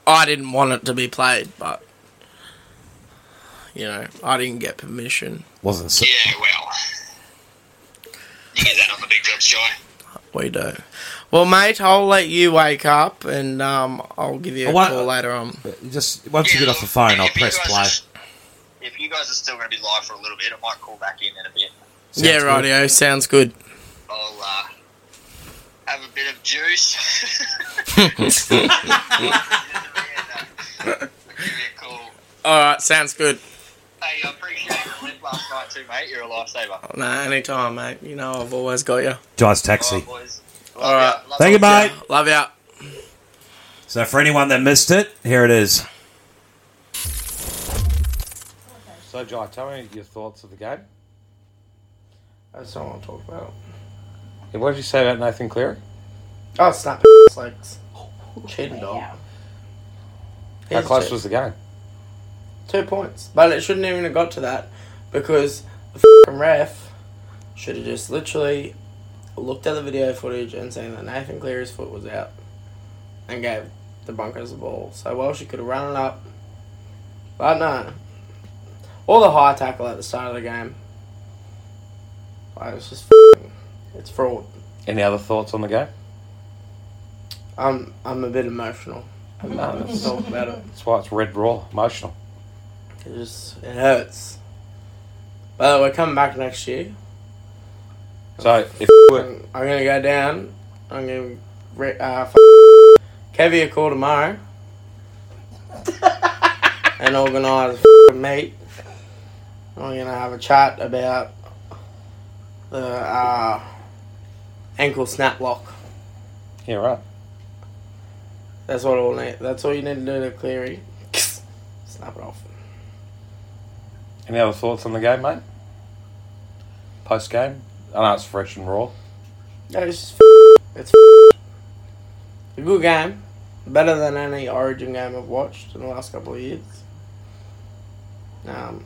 [SPEAKER 4] I didn't want it to be played, but you know, I didn't get permission.
[SPEAKER 5] Wasn't so.
[SPEAKER 10] Yeah, well. You get that on the big job, Shy.
[SPEAKER 4] We do. Well, mate, I'll let you wake up and um, I'll give you a
[SPEAKER 5] I want-
[SPEAKER 4] call later on.
[SPEAKER 5] Just once you get off the phone, I'll press play.
[SPEAKER 10] If you guys are still going to be live for a little bit, I might call back in in a bit.
[SPEAKER 5] Sounds
[SPEAKER 4] yeah,
[SPEAKER 5] good.
[SPEAKER 4] rightio. Sounds good.
[SPEAKER 10] I'll uh, have a bit of juice.
[SPEAKER 4] All right, sounds good.
[SPEAKER 10] hey, I appreciate the lift last night too, mate. You're a lifesaver.
[SPEAKER 4] No, anytime, mate. You know I've always got you.
[SPEAKER 5] Drives
[SPEAKER 16] Oh,
[SPEAKER 5] taxi.
[SPEAKER 4] All right.
[SPEAKER 5] Thank you, mate.
[SPEAKER 4] Love you.
[SPEAKER 5] So for anyone that missed it, here it is.
[SPEAKER 12] So, Jai, tell me your thoughts of the game.
[SPEAKER 4] That's not what I talk about.
[SPEAKER 12] Yeah, what did you say about Nathan Cleary?
[SPEAKER 4] Oh, snap it's like cheating dog.
[SPEAKER 12] How
[SPEAKER 4] He's
[SPEAKER 12] close
[SPEAKER 4] cheating.
[SPEAKER 12] was the game?
[SPEAKER 4] Two points. But it shouldn't even have got to that because the f***ing ref should have just literally looked at the video footage and seen that Nathan Cleary's foot was out and gave the Broncos the ball. So Welsh could have run it up. But no. Or the high tackle at the start of the game. Like, it's just f***ing, it's fraud.
[SPEAKER 12] Any other thoughts on the game?
[SPEAKER 4] I'm I'm a bit emotional. I'm not gonna talk about it.
[SPEAKER 12] That's why it's red raw, emotional.
[SPEAKER 4] It just it hurts. But we're coming back next year.
[SPEAKER 12] So, if
[SPEAKER 4] I'm gonna go down. I'm gonna re- uh, f- Kevy a call tomorrow and organise a f- meet. I'm gonna have a chat about the uh, ankle snap lock.
[SPEAKER 12] yeah, right.
[SPEAKER 4] That's what all need. That's all you need to do to Cleary. snap it off.
[SPEAKER 12] Any other thoughts on the game, mate? Post game? I know it's fresh and raw.
[SPEAKER 4] No, it's just f- it's f- a good game, better than any Origin game I've watched in the last couple of years. Um,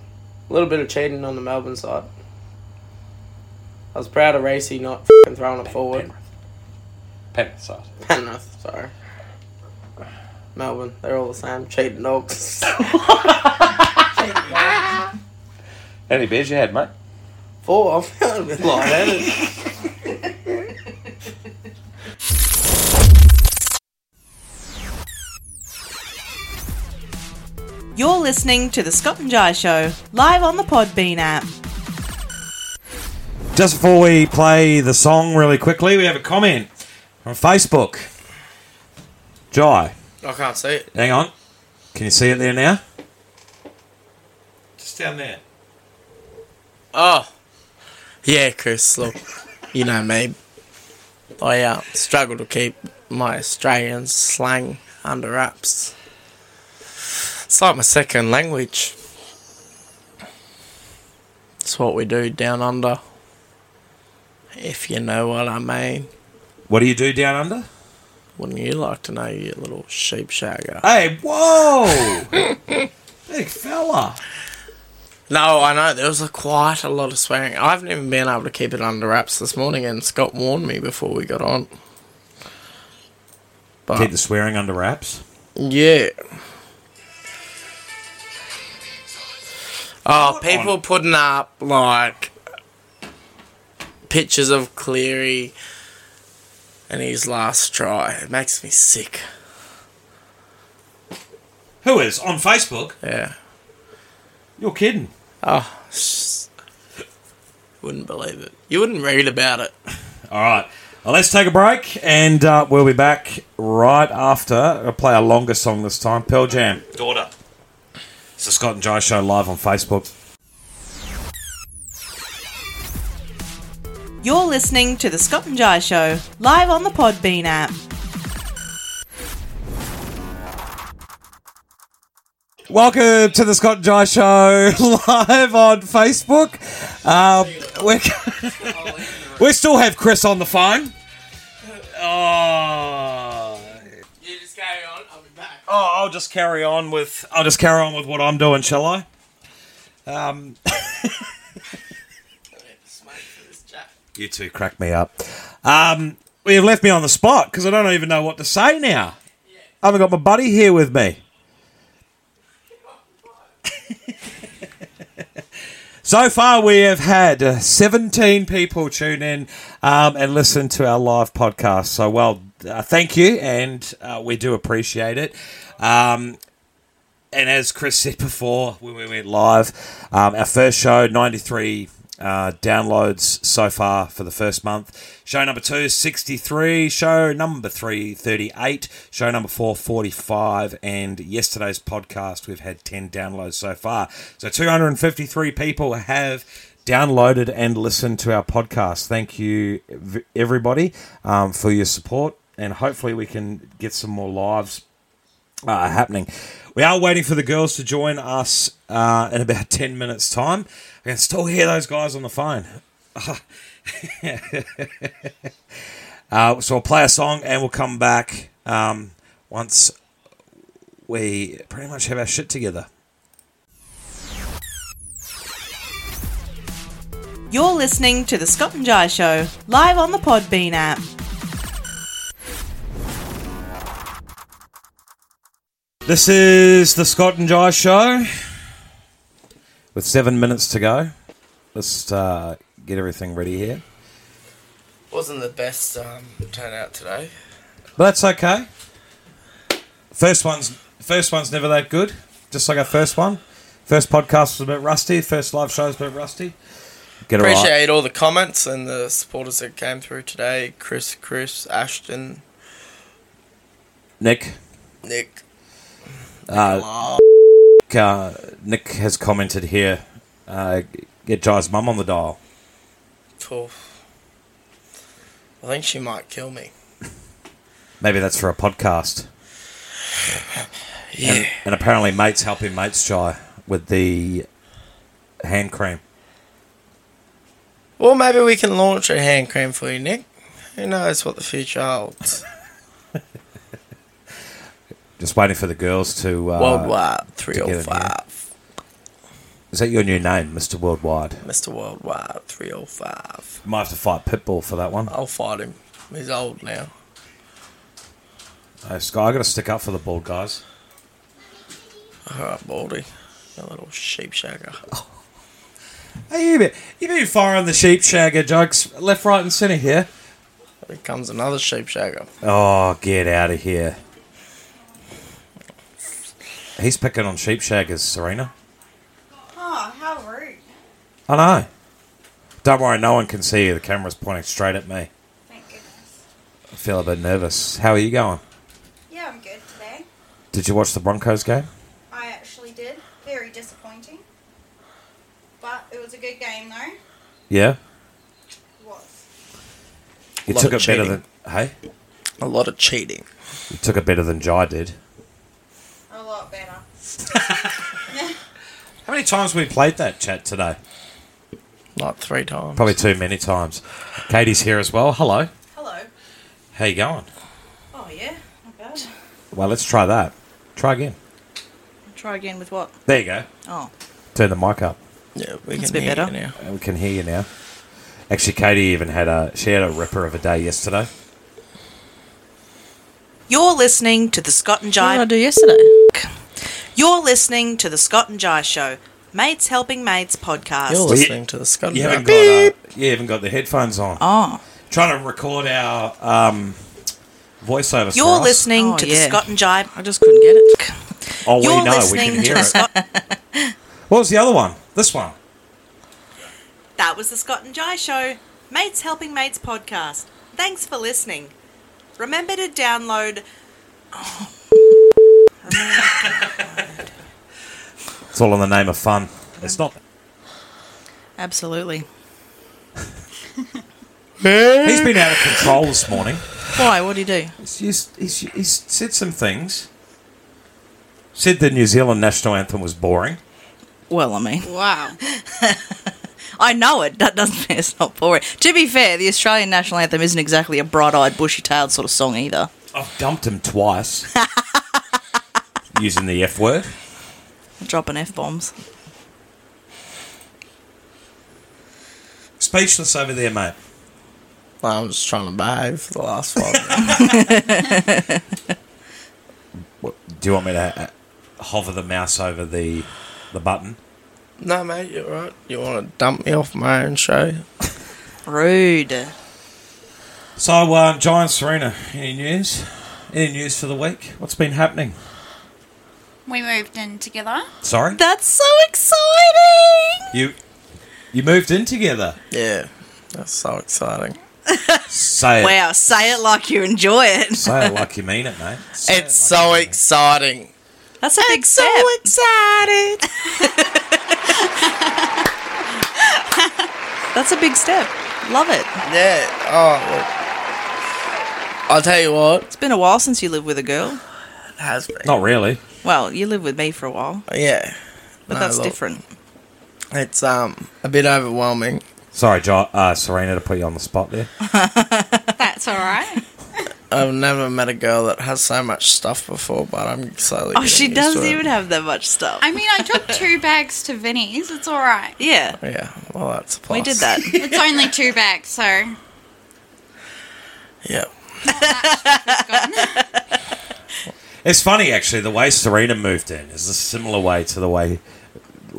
[SPEAKER 4] a little bit of cheating on the Melbourne side. I was proud of Racy not f throwing it forward.
[SPEAKER 12] Penrith side.
[SPEAKER 4] Penrith, sorry. Melbourne, they're all the same. Cheating dogs.
[SPEAKER 12] Any beers you had, mate?
[SPEAKER 4] Four, I found a bit light-headed.
[SPEAKER 13] You're listening to the Scott and Jai Show live on the Podbean app.
[SPEAKER 5] Just before we play the song really quickly, we have a comment from Facebook. Jai,
[SPEAKER 4] I can't see it.
[SPEAKER 5] hang on. Can you see it there now?
[SPEAKER 12] Just down there.
[SPEAKER 4] Oh. Yeah, Chris, look, you know me. I uh, struggle to keep my Australian slang under wraps. It's like my second language. It's what we do down under. If you know what I mean.
[SPEAKER 5] What do you do down under?
[SPEAKER 4] Wouldn't you like to know, you little sheep shagger?
[SPEAKER 5] Hey, whoa! Big fella.
[SPEAKER 4] No, I know. There was a quite a lot of swearing. I haven't even been able to keep it under wraps this morning, and Scott warned me before we got on. But-
[SPEAKER 5] Keep the swearing under wraps.
[SPEAKER 4] Yeah. Oh, people putting up like pictures of Cleary and his last try. It makes me sick.
[SPEAKER 5] Who is? On Facebook?
[SPEAKER 4] Yeah.
[SPEAKER 5] You're kidding.
[SPEAKER 4] Oh, s- wouldn't believe it. You wouldn't read about it.
[SPEAKER 5] All right. Well, let's take a break and uh, we'll be back right after. I'll play a longer song this time Pearl Jam.
[SPEAKER 12] Daughter.
[SPEAKER 5] It's the Scott and Jai Show live on Facebook.
[SPEAKER 13] You're listening to the Scott and Jai Show live on the Podbean app.
[SPEAKER 5] Welcome to the Scott and Jai Show live on Facebook. Um, we're, we still have Chris on the phone. Oh.
[SPEAKER 4] You just carry on. I'll be back.
[SPEAKER 5] Oh, I'll just carry on with I'll just carry on with what I'm doing, shall I? Um, you two crack me up. Um, well, you've left me on the spot because I don't even know what to say now. I haven't got my buddy here with me. So far, we have had uh, 17 people tune in um, and listen to our live podcast. So, well, uh, thank you, and uh, we do appreciate it. Um, and as Chris said before, when we went live, um, our first show, 93 uh, downloads so far for the first month. Show number two, 63. Show number three, 38. Show number four, 45. And yesterday's podcast, we've had 10 downloads so far. So 253 people have downloaded and listened to our podcast. Thank you, v- everybody, um, for your support. And hopefully, we can get some more lives uh, happening. We are waiting for the girls to join us uh, in about 10 minutes' time. I can still hear those guys on the phone. uh, so we'll play a song and we'll come back um, once we pretty much have our shit together.
[SPEAKER 13] You're listening to the Scott and Jai Show live on the Podbean app.
[SPEAKER 5] This is the Scott and Jai Show. With seven minutes to go, let's uh, get everything ready here.
[SPEAKER 4] Wasn't the best um, turnout today.
[SPEAKER 5] But that's okay. First one's first one's never that good. Just like our first one, first podcast was a bit rusty. First live show was a bit rusty. Get it right.
[SPEAKER 4] Appreciate all the comments and the supporters that came through today. Chris, Chris, Ashton,
[SPEAKER 5] Nick.
[SPEAKER 4] Nick.
[SPEAKER 5] Uh, Nick, uh, Nick has commented here. Uh, get Jai's mum on the dial.
[SPEAKER 4] Cool. I think she might kill me.
[SPEAKER 5] Maybe that's for a podcast. Yeah. And, and apparently, mates helping mates Jai with the hand cream.
[SPEAKER 4] Well, maybe we can launch a hand cream for you, Nick. Who knows what the future holds?
[SPEAKER 5] Just waiting for the girls to. Uh,
[SPEAKER 4] Worldwide
[SPEAKER 5] to get in here.
[SPEAKER 4] 305.
[SPEAKER 5] Is that your new name, Mister Worldwide?
[SPEAKER 4] Mr. Worldwide 305.
[SPEAKER 5] Might have to fight Pitbull for that one.
[SPEAKER 4] I'll fight him. He's old now.
[SPEAKER 5] Hey, Sky, Uh, I got to stick up for the bald guys.
[SPEAKER 4] Alright, Baldy. You little sheep shagger.
[SPEAKER 5] Hey, you been you been firing the sheep shagger jokes left, right, and centre here.
[SPEAKER 4] Here comes another sheep shagger.
[SPEAKER 5] Oh, get out of here! He's picking on sheep shaggers, Serena.
[SPEAKER 14] Oh, how rude.
[SPEAKER 5] I know. Don't worry, no one can see you. The camera's pointing straight at me.
[SPEAKER 14] Thank goodness.
[SPEAKER 5] I feel a bit nervous. How are you going?
[SPEAKER 14] Yeah, I'm good today.
[SPEAKER 5] Did you watch the Broncos game?
[SPEAKER 14] I actually did. Very disappointing. But it was a good game, though.
[SPEAKER 5] Yeah.
[SPEAKER 14] It was.
[SPEAKER 5] You
[SPEAKER 4] Lot
[SPEAKER 5] took
[SPEAKER 4] of
[SPEAKER 5] it better
[SPEAKER 4] cheating.
[SPEAKER 5] than hey.
[SPEAKER 4] A lot of cheating.
[SPEAKER 5] You took it better than Jai did.
[SPEAKER 14] A lot better.
[SPEAKER 5] How many times we played that chat today?
[SPEAKER 4] Like three times.
[SPEAKER 5] Probably too many times. Katie's here as well. Hello.
[SPEAKER 14] Hello.
[SPEAKER 5] How you going?
[SPEAKER 13] Oh, yeah, not bad.
[SPEAKER 5] Well, let's try that. Try again.
[SPEAKER 13] Try again with what?
[SPEAKER 5] There you go.
[SPEAKER 13] Oh,
[SPEAKER 5] Turn the mic up.
[SPEAKER 4] Yeah, we
[SPEAKER 13] That's a
[SPEAKER 4] can
[SPEAKER 13] bit
[SPEAKER 4] hear
[SPEAKER 13] better.
[SPEAKER 4] you now.
[SPEAKER 5] And we can hear you now. Actually, Katie even had a she had a ripper of a day yesterday.
[SPEAKER 13] You're listening to the Scott and Jai.
[SPEAKER 16] What did I do yesterday?
[SPEAKER 13] You're listening to the Scott and Jai Show, mates helping mates podcast.
[SPEAKER 4] You're listening to the Scott
[SPEAKER 5] You
[SPEAKER 4] and
[SPEAKER 5] haven't got
[SPEAKER 4] Jai.
[SPEAKER 5] uh, you haven't got the headphones on.
[SPEAKER 13] Oh.
[SPEAKER 5] Trying to record our um, voiceovers.
[SPEAKER 13] You're
[SPEAKER 5] for us.
[SPEAKER 13] listening
[SPEAKER 16] Oh,
[SPEAKER 13] to
[SPEAKER 16] yeah.
[SPEAKER 13] the Scott and Jai.
[SPEAKER 16] I just couldn't get it.
[SPEAKER 5] Oh, we
[SPEAKER 13] You're
[SPEAKER 5] know we
[SPEAKER 13] listening
[SPEAKER 5] can
[SPEAKER 13] to
[SPEAKER 5] hear
[SPEAKER 13] the
[SPEAKER 5] it.
[SPEAKER 13] Scott.
[SPEAKER 5] What was the other one? This one.
[SPEAKER 13] That was the Scott and Jai Show, mates helping mates podcast. Thanks for listening. Remember to download.
[SPEAKER 5] It's all in the name of fun. It's not.
[SPEAKER 16] Absolutely.
[SPEAKER 5] He's been out of control this morning.
[SPEAKER 16] Why? What do you do?
[SPEAKER 5] He's, he's, he's, he's said some things. Said the New Zealand national anthem was boring.
[SPEAKER 16] Well, I mean,
[SPEAKER 13] Wow.
[SPEAKER 16] I know it. That doesn't mean it's not boring. To be fair, the Australian national anthem isn't exactly a bright-eyed, bushy-tailed sort of song either.
[SPEAKER 5] I've dumped him twice using the F word.
[SPEAKER 16] Dropping f bombs.
[SPEAKER 5] Speechless over there, mate.
[SPEAKER 4] I'm just trying to behave for the last five minutes.
[SPEAKER 5] What, do you want me to uh, hover the mouse over the the button?
[SPEAKER 4] No, mate, you're right. You want to dump me off my own show?
[SPEAKER 16] Rude.
[SPEAKER 5] So, um, Giant Serena, any news? Any news for the week? What's been happening?
[SPEAKER 14] We moved in together.
[SPEAKER 5] Sorry,
[SPEAKER 16] That's so exciting!
[SPEAKER 5] you you moved in together.
[SPEAKER 4] Yeah, that's so exciting.
[SPEAKER 5] Say it,
[SPEAKER 16] Wow, say it like you enjoy it.
[SPEAKER 5] say it like you mean it, mate.
[SPEAKER 4] it's so exciting.
[SPEAKER 16] That's a big step.
[SPEAKER 4] So excited.
[SPEAKER 16] That's a big step. Love it.
[SPEAKER 4] Yeah. Oh, look. I'll tell you what.
[SPEAKER 16] It's been a while since you lived with a girl.
[SPEAKER 4] It has been.
[SPEAKER 5] Not really.
[SPEAKER 16] Well, you lived with me for a while,
[SPEAKER 4] Yeah.
[SPEAKER 16] but
[SPEAKER 4] No,
[SPEAKER 16] that's
[SPEAKER 4] look,
[SPEAKER 16] different.
[SPEAKER 4] It's um a bit overwhelming.
[SPEAKER 5] Sorry, jo- uh, Serena, to put you on the spot there.
[SPEAKER 14] That's all right.
[SPEAKER 4] I've never met a girl that has so much stuff before, but I'm slowly.
[SPEAKER 16] Oh,
[SPEAKER 4] getting
[SPEAKER 16] she
[SPEAKER 4] used to
[SPEAKER 16] doesn't
[SPEAKER 4] it.
[SPEAKER 16] even have that much stuff.
[SPEAKER 14] I mean, I took two bags to Vinny's. It's all right.
[SPEAKER 16] yeah,
[SPEAKER 4] Yeah. Well, that's a plus.
[SPEAKER 16] we did that.
[SPEAKER 14] It's only two bags, so
[SPEAKER 4] Yeah.
[SPEAKER 5] It's funny actually the way Serena moved in is a similar way to the way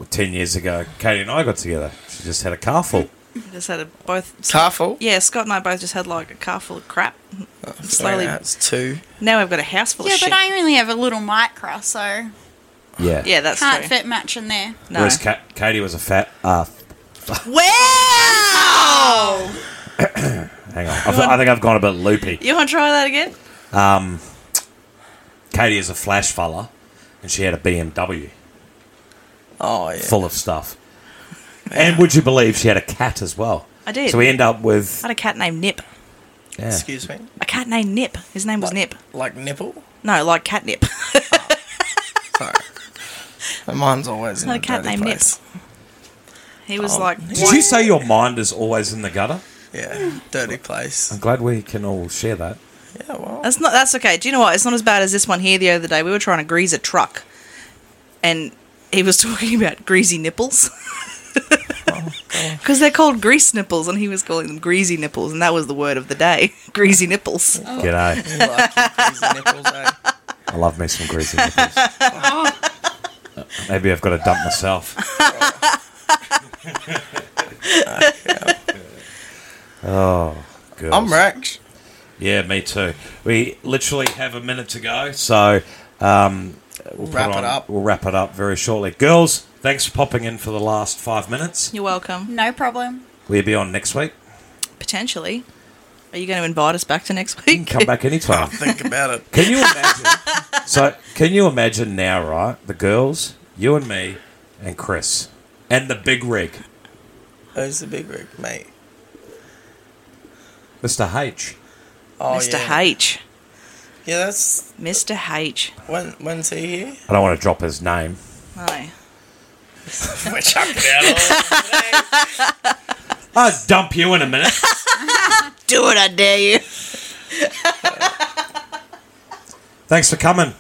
[SPEAKER 5] ten years ago Katie and I got together. She just had a car full.
[SPEAKER 16] We just had a, both.
[SPEAKER 4] Carful.
[SPEAKER 16] Yeah, Scott and I both just had like a car full of crap. Slowly.
[SPEAKER 4] Slowly. That's two.
[SPEAKER 16] Now we've got a house full
[SPEAKER 14] yeah.
[SPEAKER 16] of shit.
[SPEAKER 14] But I only have a little micro, so
[SPEAKER 5] Yeah.
[SPEAKER 16] yeah, that's
[SPEAKER 14] can't
[SPEAKER 16] true.
[SPEAKER 14] fit much in there.
[SPEAKER 16] No.
[SPEAKER 5] Whereas Ka- Katie was a fat. Uh,
[SPEAKER 16] Wow!
[SPEAKER 5] hang on, I've, I think I've gone a bit loopy.
[SPEAKER 16] You want to try that again?
[SPEAKER 5] Um, Katie is a flash fella, and she had a BMW
[SPEAKER 4] Oh yeah.
[SPEAKER 5] full of stuff. And would you believe she had a cat as well?
[SPEAKER 16] I did.
[SPEAKER 5] So we end up
[SPEAKER 16] I
[SPEAKER 5] with
[SPEAKER 16] had a cat named Nip.
[SPEAKER 5] yeah.
[SPEAKER 4] Excuse me.
[SPEAKER 16] A cat named Nip. His name was Nip.
[SPEAKER 4] Like nipple.
[SPEAKER 16] No, like catnip.
[SPEAKER 4] Sorry. And mine's always in
[SPEAKER 16] Not
[SPEAKER 4] a
[SPEAKER 16] a cat
[SPEAKER 4] dirty
[SPEAKER 16] named Nip.
[SPEAKER 4] place.
[SPEAKER 16] He was
[SPEAKER 4] Oh.
[SPEAKER 16] like,
[SPEAKER 5] Did you say your mind is always in the gutter?
[SPEAKER 4] Yeah. Uh, Dirty place.
[SPEAKER 5] I'm glad we can all share that.
[SPEAKER 4] Yeah. Well.
[SPEAKER 16] That's not. That's okay. Do you know what? It's not as bad as this one here the other day. We were trying to grease a truck, and he was talking about greasy nipples.
[SPEAKER 5] Oh,
[SPEAKER 16] Because they're called grease nipples, and he was calling them greasy nipples, and that was the word of the day: greasy nipples.
[SPEAKER 5] G'day.
[SPEAKER 4] You like your crazy nipples, eh?
[SPEAKER 5] I love me some greasy nipples. Maybe I've got to dump myself. oh, good.
[SPEAKER 4] I'm wrecked.
[SPEAKER 5] Yeah, me too. We literally have a minute to go, so um, we'll put
[SPEAKER 4] Wrap it
[SPEAKER 5] on-
[SPEAKER 4] up.
[SPEAKER 5] We'll wrap it up very shortly. Girls, thanks for popping in for the last five minutes.
[SPEAKER 16] You're welcome.
[SPEAKER 14] No problem.
[SPEAKER 5] We'll be on next week.
[SPEAKER 16] Potentially, are you going to invite us back to next
[SPEAKER 5] You
[SPEAKER 16] week?
[SPEAKER 5] can come back anytime.
[SPEAKER 4] Think about it.
[SPEAKER 5] Can you imagine? so, can you imagine now, right? The girls, you and me, and Chris, and the big rig,
[SPEAKER 4] Who's the big rig, mate?
[SPEAKER 5] Mr. H.
[SPEAKER 4] Oh,
[SPEAKER 16] Mr.
[SPEAKER 4] yeah.
[SPEAKER 16] H.
[SPEAKER 4] Yeah, that's
[SPEAKER 16] Mr. H.
[SPEAKER 4] when. When's he here?
[SPEAKER 5] I don't want to drop his name.
[SPEAKER 16] No.
[SPEAKER 4] We're chucking out. all-
[SPEAKER 5] I'll dump you in a minute.
[SPEAKER 16] Do it, I dare you.
[SPEAKER 5] Thanks for coming.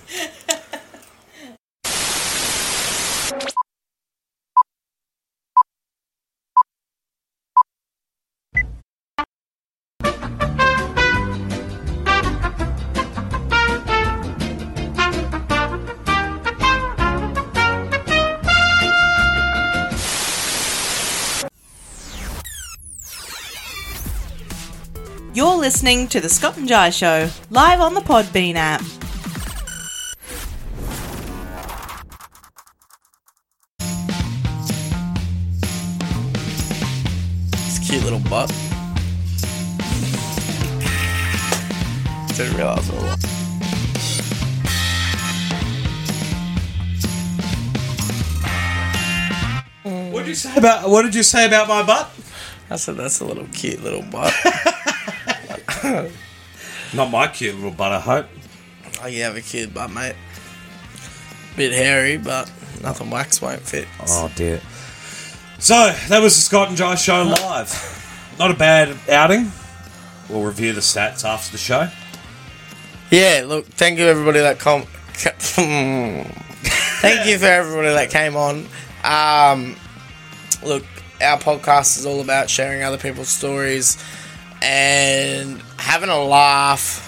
[SPEAKER 13] You're listening to The Scott and Jai Show, live on the Podbean app.
[SPEAKER 4] It's a cute little butt. Didn't realize what it was.
[SPEAKER 5] What did you say about What did you say about my butt?
[SPEAKER 4] I said that's a little cute little butt.
[SPEAKER 5] Not my cute little butt. I hope.
[SPEAKER 4] oh, you have a cute butt, mate. Bit hairy, but nothing wax won't fit.
[SPEAKER 5] Oh dear. So that was the Scott and Jai show live. Not a bad outing. We'll review the stats after the show.
[SPEAKER 4] Yeah, look, thank you everybody that com. thank you for everybody that came on. Um, look, our podcast is all about sharing other people's stories and having a laugh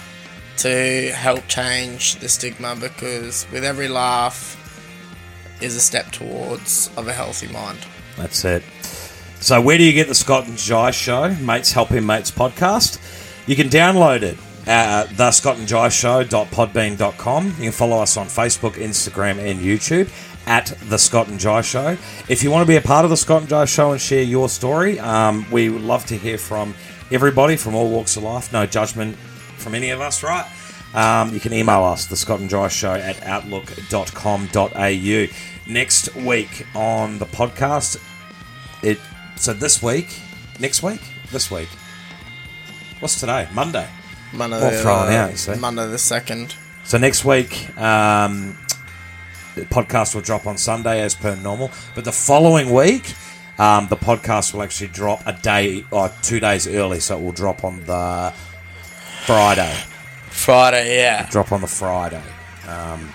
[SPEAKER 4] to help change the stigma because with every laugh, is a step towards of a healthy mind.
[SPEAKER 5] That's it. So, where do you get the Scott and Jai Show, Mates Helping Mates podcast? You can download it at the Scott and Jai Show.podbean.com. You can follow us on Facebook, Instagram, and YouTube at the Scott and Jai Show. If you want to be a part of the Scott and Jai Show and share your story, um, we would love to hear from everybody from all walks of life. No judgment from any of us, right? Um, you can email us, the Scott and Jai Show at outlook.com.au. Next week on the podcast, it so this week, next week, this week. What's today? Monday.
[SPEAKER 4] Monday,
[SPEAKER 5] Well, throwing
[SPEAKER 4] uh,
[SPEAKER 5] out, you see.
[SPEAKER 4] Monday the second.
[SPEAKER 5] So next week, um, the podcast will drop on Sunday as per normal. But the following week, um, the podcast will actually drop a day or two days early, so it will drop on the Friday.
[SPEAKER 4] Friday, yeah.
[SPEAKER 5] Drop on the Friday. Um,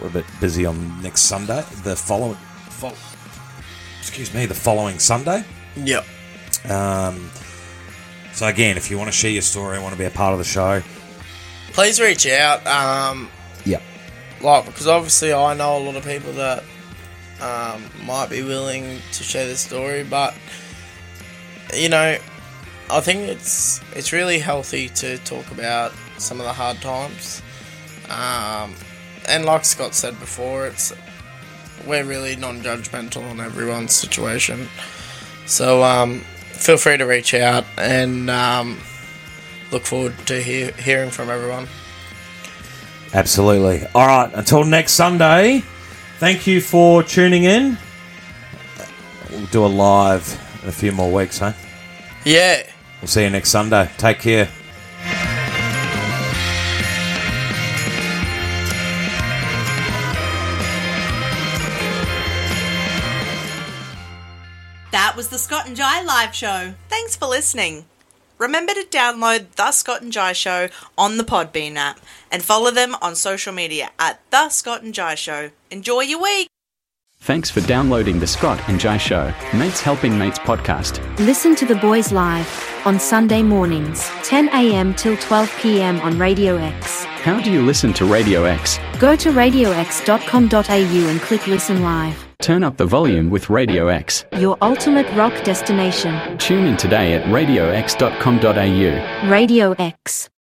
[SPEAKER 5] we're a bit busy on next Sunday. The following, fol- excuse me, the following Sunday.
[SPEAKER 4] Yep.
[SPEAKER 5] Um, so again, if you want to share your story, want to be a part of the show,
[SPEAKER 4] Please reach out. Um,
[SPEAKER 5] Yep.
[SPEAKER 4] Like, because obviously I know a lot of people that um, might be willing to share their story, but you know, I think it's it's really healthy to talk about some of the hard times. Um, and like Scott said before, it's we're really non-judgmental on everyone's situation. So um, feel free to reach out and um, look forward to hear, hearing from everyone.
[SPEAKER 5] Absolutely. All right. Until next Sunday, thank you for tuning in. We'll do a live in a few more weeks, huh?
[SPEAKER 4] Yeah.
[SPEAKER 5] We'll see you next Sunday. Take care.
[SPEAKER 13] That was the Scott and Jai live show. Thanks for listening. Remember to download The Scott and Jai Show on the Podbean app and follow them on social media at The Scott and Jai Show. Enjoy your week.
[SPEAKER 3] Thanks for downloading the Scott and Jai Show, Mates Helping Mates podcast.
[SPEAKER 6] Listen to the boys live on Sunday mornings, 10 a.m. till 12 p.m. on Radio X.
[SPEAKER 3] How do you listen to Radio X?
[SPEAKER 6] Go to radiox.com.au and click listen live.
[SPEAKER 3] Turn up the volume with Radio X.
[SPEAKER 6] Your ultimate rock destination.
[SPEAKER 3] Tune in today at radiox.com.au.
[SPEAKER 6] Radio X.